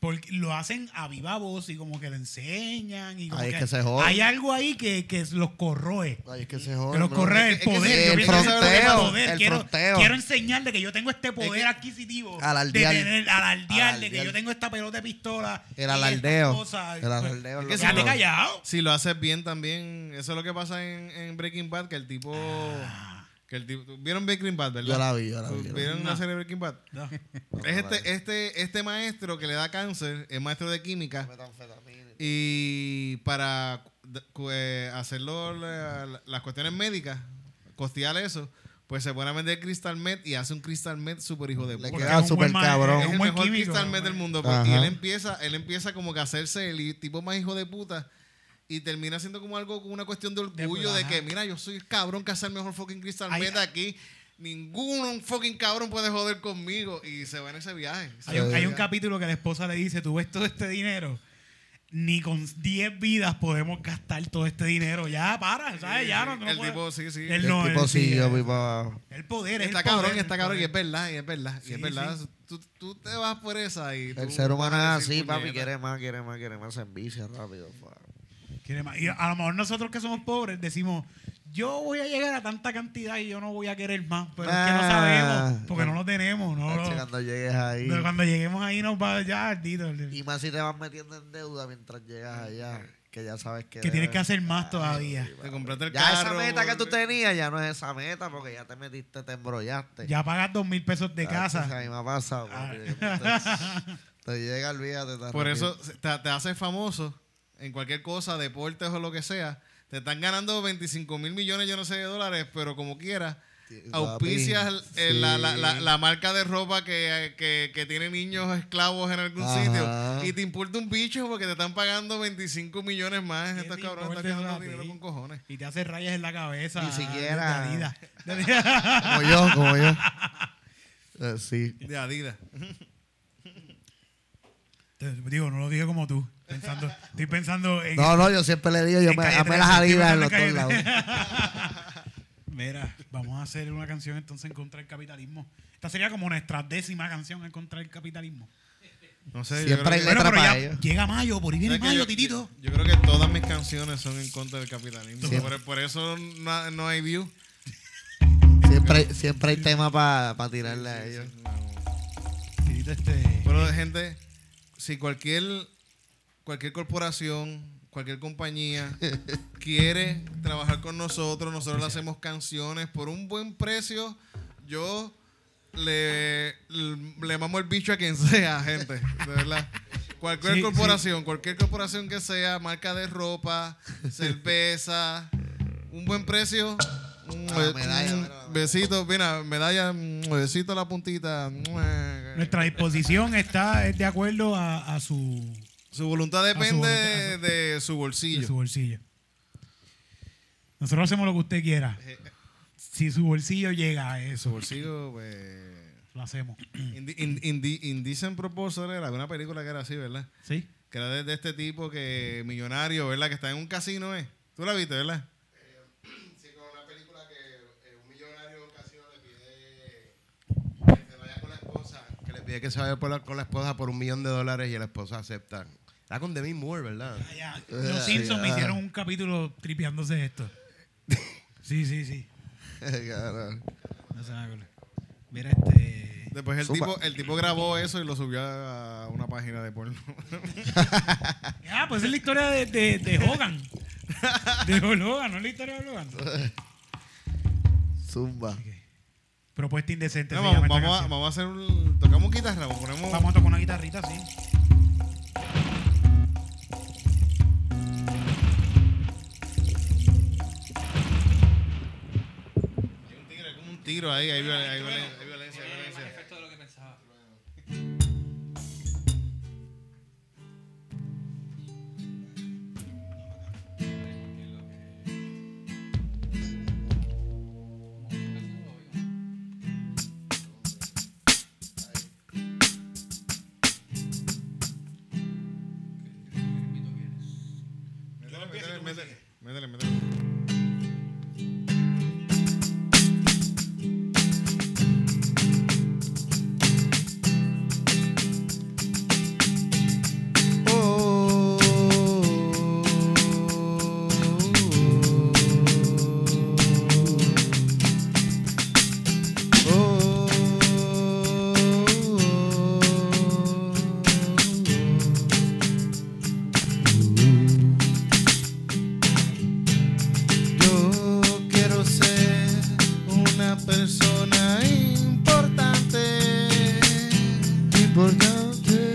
A: porque lo hacen a viva voz y como que lo enseñan. Y como
B: Ahí es que se jode.
A: Hay algo ahí que, que los corroe.
B: Ay, es que se jode.
A: Pero
B: bro.
A: corre el
B: Es que- es que
A: poder.
B: se-
A: yo
B: El
A: pienso que es
B: fronteo.
A: poder.
B: El
A: quiero,
B: fronteo.
A: quiero enseñarle que yo tengo este poder
D: Es que-
A: adquisitivo.
B: Alardear.
A: De tener, alardear de que
B: Alardear.
A: yo tengo esta pelota de pistola. y
B: El
A: estas
B: alardeo.
A: cosas. pues,
B: El alardeo. es
D: que
B: lo
D: si
A: Quédate
D: no-
B: jode.
A: callado.
D: Si lo haces bien también, eso es lo que pasa en, en Breaking Bad, que el tipo... Que el tipo ¿Vieron Breaking Bad, verdad?
B: Yo la vi, yo la vi. yo la vi.
D: ¿Vieron una serie de Breaking Bad?
A: No.
D: Es este, este, este maestro que le da cáncer, es maestro de química,
B: Metanfetamina.
D: y para cu- eh, hacerlo la- la- las cuestiones médicas, costear eso, pues se pone a vender Crystal Meth y hace un Crystal Meth super hijo de
B: Le
D: puta.
A: Porque
B: queda
A: es un
B: súper
A: buen maestro,
B: cabrón.
D: Es el
A: un buen
D: mejor
A: químico,
D: Crystal Meth
A: ¿no?
D: del mundo.
B: Ajá.
D: pues, Y él empieza, él empieza como que a hacerse el tipo más hijo de puta. Y termina siendo como algo, como una cuestión de orgullo
A: pues, ajá.
D: de,
A: ah.
D: que, mira, yo soy el cabrón que hace el mejor fucking Crystal
A: Hay-
D: Meth aquí. Ningún fucking cabrón puede joder conmigo. Y se va en ese viaje.
A: Hay un, hay un capítulo que la esposa le dice, tú ves todo este dinero, ni con 10 vidas podemos gastar todo este dinero. Ya, para, ¿sabes? Ya no, no
D: El
A: puedes.
D: tipo, sí, sí.
A: Él
B: El
A: no,
B: tipo
A: él sí,
B: sí, yo
A: eh.
B: voy para...
A: El poder es
D: está
A: el poder,
D: cabrón,
A: el
D: está cabrón. Y
A: poder.
D: es verdad, y es verdad. y
A: Sí,
D: es verdad. Tú, tú te vas por esa y.
B: El
D: tú
B: ser humano es
D: vas a decir,
B: así, papi.
D: "Puñeta".
B: Quiere más, quiere más, quiere más. Se envicia rápido. fuck.
A: Quiere más. Y a lo mejor nosotros que somos pobres decimos, yo voy a llegar a tanta cantidad y yo no voy a querer más. Pero es que no
B: Ah.
A: sabemos, porque no lo tenemos. No,
B: Tacho,
A: lo-
B: Cuando llegues ahí.
A: pero cuando lleguemos ahí nos va ya ardito.
B: Y más si te vas metiendo en deuda mientras llegas allá. Que ya sabes que...
A: Que tienes que
B: debes.
A: hacer más todavía.
D: Te compraste el
B: Ya
D: carro.
B: esa meta que tú tenías ya no es esa meta porque ya te metiste, te embrollaste.
A: Ya pagas dos mil pesos de
B: Tacho, esa
A: casa.
B: misma ha pasado, papi. Te, te llega, olvídate. te
D: Ah. Por eso
B: arrepientes.
D: te, te haces famoso en cualquier cosa, deportes o lo que sea. Te están ganando 25 mil millones, yo no sé, de dólares, pero como quieras.
B: Sí,
D: Auspicias
B: papi,
D: eh, la,
B: sí.
D: la- la- la marca de ropa que, que- que tiene niños esclavos en algún
B: Ajá.
D: sitio. Y te importa un bicho porque te están pagando 25 millones más.
A: ¿Qué
D: Estos
A: te
D: cabrones están
A: importa eso
D: ganando
A: a ti?
D: dinero con cojones.
A: Y te hace rayas en la cabeza.
B: Ni siquiera.
A: de Adidas. De Adidas.
B: Como yo, como yo. Eh, sí.
D: De Adidas.
A: Te- Digo, no lo dije como tú. Pensando, estoy pensando en.
B: No, no, yo siempre le digo, yo
A: en
B: me
A: Calle
B: amé
A: 13,
B: las
A: estoy
B: adidas en los
A: pensando
B: dos
A: en
B: lados.
A: Calle 13. Mira, vamos a hacer una canción entonces en contra del capitalismo. Esta sería como nuestra décima canción en contra del capitalismo.
D: No sé, yo
B: Siempre
D: creo
B: hay
D: que-
B: letra
A: pero
B: para
A: ya
B: ellos.
A: llega mayo, por ahí viene
D: ¿Sabes que
A: mayo,
D: yo-
A: titito.
D: Yo, yo creo que todas mis canciones son en contra del capitalismo.
B: Sí.
D: Por, por eso no, no hay view.
B: Siempre, hay- siempre hay tema para tirarle a ellos.
A: Titito, este.
D: Pero gente, si cualquier cualquier corporación, cualquier compañía quiere trabajar con nosotros, nosotros le hacemos canciones por un buen precio. Yo le, le mamo el bicho a quien sea, gente, de verdad. Cualquier
A: Sí, sí.
D: corporación, cualquier corporación que sea, marca de ropa, cerveza, un buen precio. un
B: Ah, la medalla, mira, la
D: besito, mira, medalla, mm, besito a la puntita.
A: Nuestra disposición está es de acuerdo a, a su,
D: Ah, Su voluntad
A: A su
D: depende
A: voluntad, a
D: de su
A: de
D: bolsillo.
A: su bolsillo. Nosotros hacemos lo que usted quiera. Si su bolsillo llega a
D: Su
A: eso,
D: bolsillo, pues.
A: lo hacemos.
D: Indi- in- indi- Indecent Proposal era una película que era así, ¿verdad?
A: ¿Sí?
D: Que era de, de este tipo que millonario, ¿verdad? Que está en un casino, ¿eh? Tú la viste, ¿verdad?
G: Eh, Sí, con una película que eh, un millonario en un casino le pide que se vaya con la esposa, que le pide que se vaya por la- con la esposa por un millón de dólares y la esposa acepta. Está con Demi Moore, ¿verdad?
A: Allá, Los Simpsons me hicieron un capítulo tripeándose esto. Sí, sí, sí.
B: Cabrón.
A: No se me acuerda. Mira este.
D: Después el
B: Supa.
D: tipo, el tipo grabó eso y lo subió a una página de porno.
A: Ah, pues es la historia de, de, de Hogan. De Hogan, no es la historia de Hogan.
B: Zumba.
A: Propuesta indecente.
D: No,
A: se
D: vamos,
A: llama esta
D: vamos a,
A: canción.
D: vamos a hacer un. Tocamos guitarra, ponemos.
A: Vamos a tocar una guitarrita, sí.
D: Hay un tigre, como un tiro ahí, hay, violencia, hay, violencia, hay violencia, hay
E: Más
D: violencia.
E: efecto de lo que pensaba.
D: métele, métele, métele, métele.
B: Yo quiero ser una persona importante. Importante.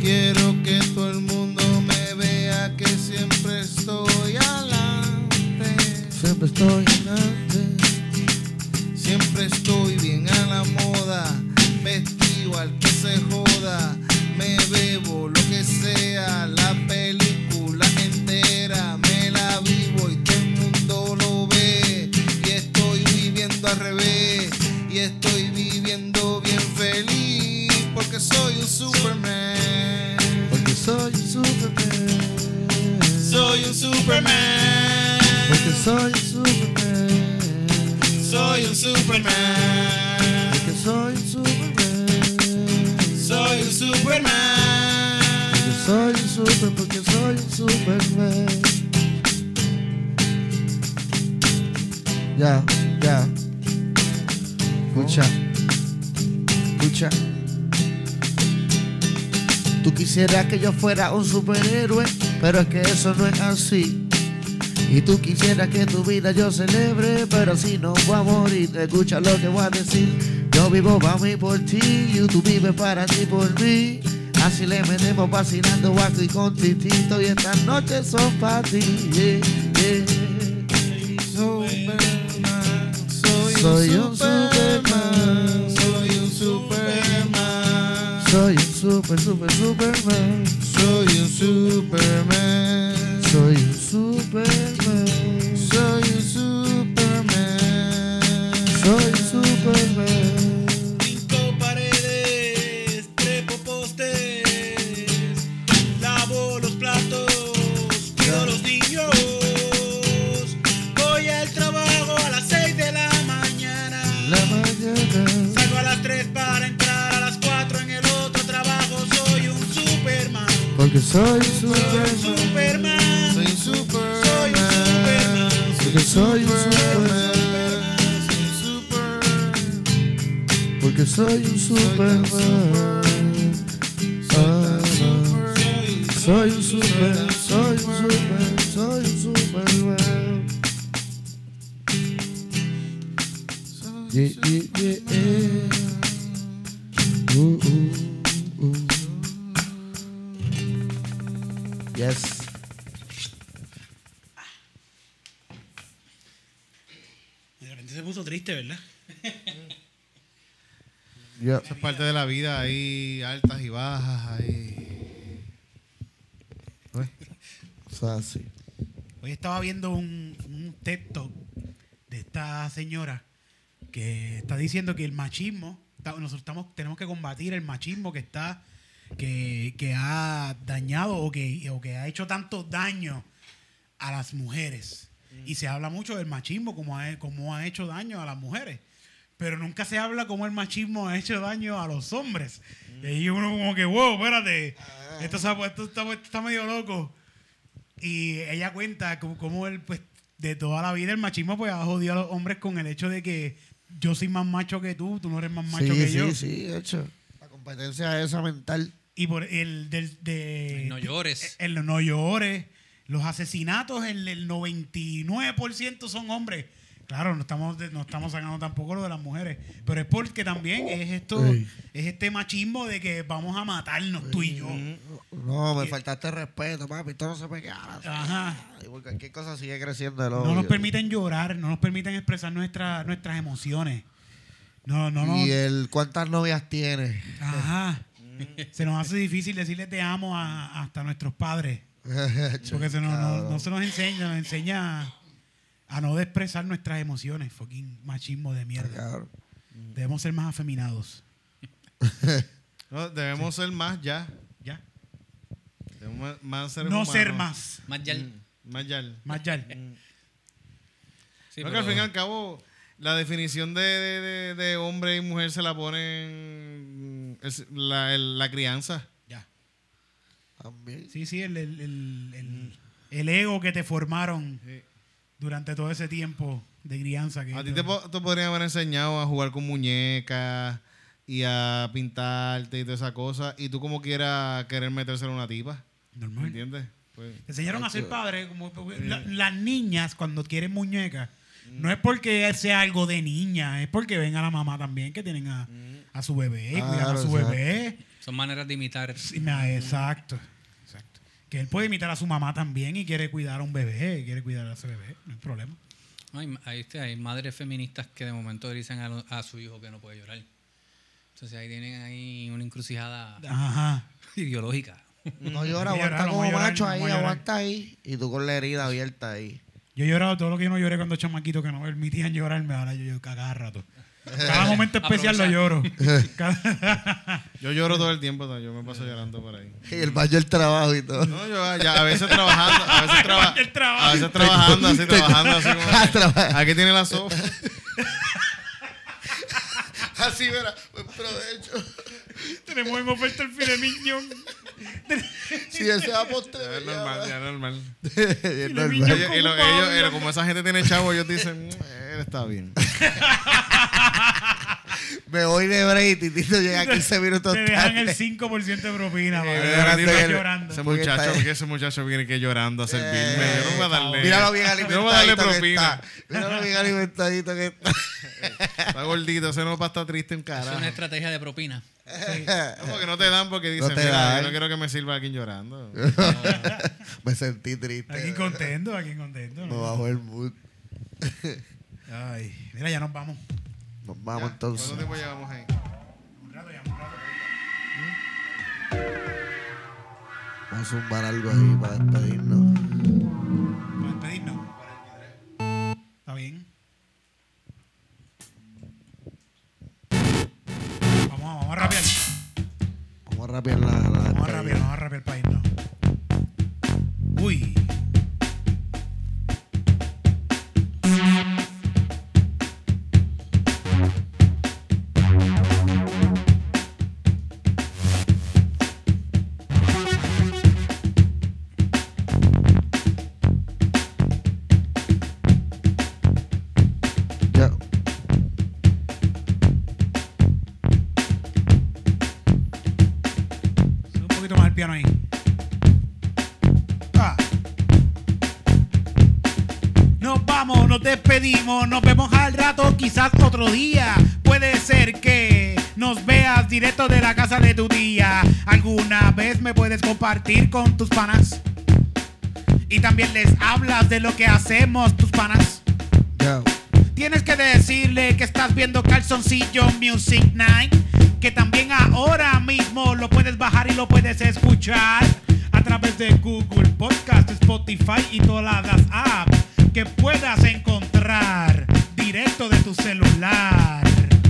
B: Quiero que todo el mundo me vea que siempre estoy adelante. Siempre estoy adelante. Siempre estoy bien a la moda, vestido al que se joda. Me bebo lo que sea, la película entera me la vivo y todo el mundo lo ve. Y estoy viviendo al revés, y estoy viviendo bien feliz porque soy un Superman. Porque soy un Superman.
E: Soy un Superman.
B: Porque soy un Superman.
E: Soy un Superman.
B: Porque soy un Superman.
E: Soy un
B: Yo
E: Superman.
B: soy un super porque soy un superman. Ya, ya. Escucha. Escucha. Tú quisieras que yo fuera un superhéroe, pero es que eso no es así. Y tú quisieras que tu vida yo celebre, pero así no voy a morir. Escucha lo que voy a decir. Yo vivo para mí por ti, y tú vives para ti por mí. Así le metemos vacilando guaco y con titito y estas noches son para ti. yeah, yeah. Soy un Superman, soy un Superman, soy un super, super, Superman, soy un Superman, soy un Superman, soy un Superman, soy un Superman,
E: Pinto paredes, trepo postes, lavo los platos, cuido a los niños. Voy al trabajo a las 6 de la mañana.
B: la mañana.
E: Salgo a las 3 para entrar a las 4 en el otro trabajo. Soy un Superman.
B: Porque soy un Superman,
E: Superman. Soy un Superman. Soy un Superman.
B: porque soy un Superman, porque soy un Superman. Ah, Soy un Superman, soy un Superman, soy un Superman. Yeah, yeah, yeah, yeah. Uh, uh, uh. Yes.
H: De repente se puso triste, ¿verdad?
B: Yep.
D: Eso es parte de la vida, hay altas y bajas, hay...
B: Eso es así.
A: Hoy estaba viendo un, un TED Talk de esta señora que está diciendo que el machismo, ta- nosotros estamos, tenemos que combatir el machismo que está, que, que ha dañado o que, o que ha hecho tanto daño a las mujeres. Y se habla mucho del machismo como ha, como ha hecho daño a las mujeres. Pero nunca se habla como el machismo ha hecho daño a los hombres. Y ahí uno como que, wow, espérate, esto, se ha puesto- esto está- esto está medio loco. Y ella cuenta como, como él, pues, de toda la vida el machismo pues ha jodido a los hombres con el hecho de que yo soy más macho que tú, tú no eres más macho
B: sí,
A: que
B: sí,
A: yo.
B: sí, de hecho. La competencia esa mental.
A: Y por el del de
I: El no llores.
A: El, no llores. Los asesinatos, el, el 99% son hombres. Claro, no estamos, de- no estamos sacando tampoco lo de las mujeres. Pero es porque también es esto,
B: Ey.
A: es este machismo de que vamos a matarnos tú y yo.
B: No, me faltaste respeto, papi. Esto no se me queda.
A: Ajá.
B: Ay, Porque cualquier cosa sigue creciendo el
A: Ah. No
B: odio.
A: nos permiten llorar, no nos permiten expresar nuestra, nuestras emociones. No, no, no.
B: ¿Y el cuántas novias tienes?
A: Ajá.
D: Mm.
A: Se nos hace difícil decirle te amo a, hasta a nuestros padres. Porque se nos- no, no se nos enseña, nos enseña a, a no expresar nuestras emociones. Fucking machismo de mierda.
B: Cabrón.
A: Debemos ser más afeminados.
D: No, debemos ser más ya,
A: ¿Ya?
D: debemos más seres
A: No
D: humanos.
A: ser más.
D: Mm.
I: Más ya.
D: Más yal.
A: Más yal.
E: Sí,
D: No, que
E: pero-
D: al fin y al cabo, la definición de, de- de- de hombre y mujer se la ponen mm, es la, el- la crianza.
A: Ya.
B: También.
A: Sí, sí, el, el- el- el- el ego que te formaron durante todo ese tiempo de crianza. Que
D: A ti te, po- te podrían haber enseñado a jugar con muñecas y a pintarte y toda esa cosa. Y tú como quieras querer meterse en una tipa. ¿Me
A: Normal.
D: entiendes? Pues,
A: Te enseñaron a ser padre. Como, la- las niñas, cuando quieren muñecas, no
B: Mm.
A: es porque sea algo de niña, es porque ven a la mamá también que tienen a, a su bebé,
B: Mm. Claro,
A: cuidan a su
B: exacto. Mm.
A: bebé.
E: Son maneras de imitar.
A: Sí, na- exacto, exacto. Que él puede imitar a su mamá también y quiere cuidar a un bebé, quiere cuidar a ese bebé, no hay problema.
E: Hay, hay, este, hay madres feministas que de momento dicen a, lo- a su hijo que no puede llorar. Entonces ahí tienen ahí una encrucijada
A: Ajá.
E: ideológica.
B: No llora,
A: Vamos a
B: aguanta
A: llorar,
B: como
A: vamos a llorar,
B: macho ahí,
A: vamos a llorar.
B: aguanta ahí. Y tú con la herida abierta ahí.
A: Yo he llorado todo lo que yo no lloré cuando chamaquito que no permitían llorarme, ahora yo lloro cada rato. Cada momento especial lo lloro. Cada-
D: yo lloro todo el tiempo, ¿no? yo me paso llorando por ahí.
B: Y el baño del trabajo y todo.
D: No, yo ah, ya, a veces trabajando, a veces, traba-
A: El trabajo.
D: a veces trabajando, así, trabajando así
B: Ah,
D: como...
B: trabaja.
D: Aquí tiene la sopa.
B: Así, verá. Buen provecho.
A: Tenemos en oferta el filet mignon.
B: Si desea postre.
D: Ya es
B: me llama.
D: normal, ya es normal.
B: Es normal.
A: Yo
D: Ellos-
A: como
D: y lo-
A: Pablo.
D: ellos- pero como esa gente tiene chavo, ellos dicen, "Mm, él está bien.
B: Me voy de break y Tito llega 15 minutos
A: Te dejan el
B: tarde.
A: 5% de propina,
B: Eh,
A: madre.
B: llorando
A: Estás
B: el-
A: llorando.
D: Ese
B: Porque
D: muchacho,
B: está-
D: porque ese muchacho viene que llorando a servirme.
B: Eh,
D: yo no voy a darle.
B: Míralo bien
D: yo no voy a darle
B: alimentadito que
D: propina.
B: está. Míralo bien alimentadito que está.
D: Está gordito, ese no va a estar triste un
E: Es
D: carajo.
E: una estrategia de propina.
D: No, porque no te dan porque dicen,
B: Eh, te
D: "Mira,
B: dan.
D: yo no quiero que me sirva aquí llorando.
B: Me sentí triste.
A: Aquí contento, aquí contento.
B: Me bajó el mood.
A: Ay, mira, ya nos vamos.
B: Nos vamos entonces.
D: ¿Cuánto tiempo llevamos ahí?
A: Un rato ya, un rato.
B: Vamos a zumbar algo ahí para despedirnos.
A: Para despedirnos. Está bien. Vamos, vamos a rapear.
B: Vamos a rapear la. la
A: Vamos a
B: despedida.
A: rapear, vamos a rapear para irnos. Uy.
B: Ya.
A: Sube un poquito más el piano ahí. Ah. Nos vamos, nos despedimos, nos vemos al rato, quizás otro día. Puede ser que nos veas directo de la casa de tu tía. ¿Alguna vez me puedes compartir con tus panas? Y también les hablas de lo que hacemos tus panas.
B: Ya.
A: Tienes que decirle que estás viendo Calzoncillo Music Night. Que también ahora mismo lo puedes bajar y lo puedes escuchar a través de Google Podcast, Spotify y todas las apps que puedas encontrar directo de tu celular.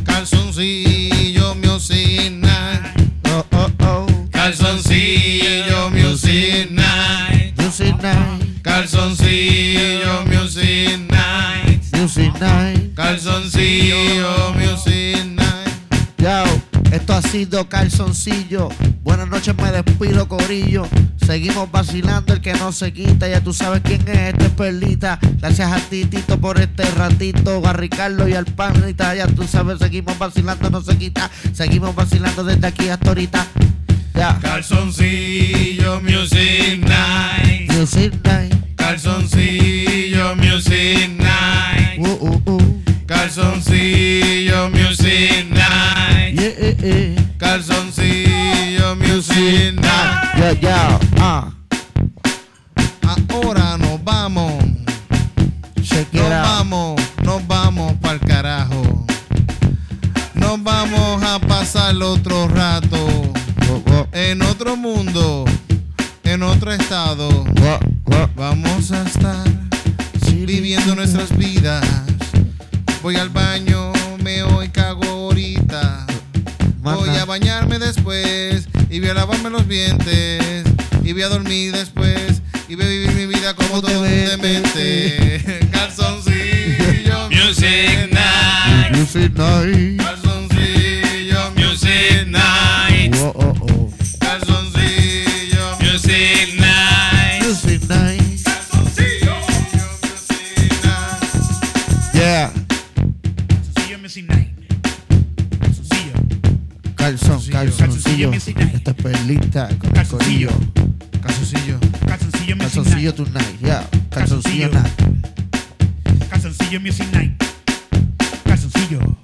D: Calzoncillo, music night.
B: Oh, oh, oh.
D: Calzoncillo, music night.
B: Music night.
D: Calzoncillo, music night.
B: Music night.
D: Calzoncillo, music night.
B: Ya. Esto ha sido calzoncillo. Buenas noches, me despido, Corillo. Seguimos vacilando, el que no se quita. Ya tú sabes quién es este es perlita. Gracias a ti, Tito, por este ratito. A Ricardo y al panita. Ya tú sabes, seguimos vacilando, no se quita. Seguimos vacilando desde aquí hasta ahorita. Ya.
D: Calzoncillo, music night.
B: Music night.
D: Calzoncillo, music night.
B: Uh, uh, uh.
D: Calzoncillo, music night.
B: Yeah, eh, yeah, yeah.
D: Calzoncillo, music night.
B: Ya, ya. Ah.
D: Ahora nos vamos,
B: Check it
D: nos
B: out.
D: vamos, nos vamos para el carajo. Nos vamos a pasar otro rato
B: Wo, wo,
D: en otro mundo, en otro estado.
B: wo, wo.
D: Vamos a estar viviendo nuestras vidas. Voy al baño, me hoy cago ahorita. Voy
B: Mana.
D: a bañarme después y voy a lavarme los dientes y voy a dormir después y voy a vivir mi vida vida como todo un demente. Calzoncillo.
J: Music Night.
B: Music Night.
D: Calzoncillo.
J: Music Night.
B: Oh, oh, oh.
D: Calzoncillo.
J: Music Night.
B: Music Night. Yeah.
C: Calzoncillo Music Night. Calzoncillo.
B: Calzón, calzoncillo.
C: Calzoncillo Music Night.
B: Esta es perlita con el
C: Calzoncillo.
B: corillo.
D: Calzoncillo.
C: Calzoncillo Music
B: Calzoncillo
C: Night.
B: tonight. Yeah. Calzoncillo
C: Calzoncillo.
B: night.
C: Calzoncillo Music Night. Calzoncillo.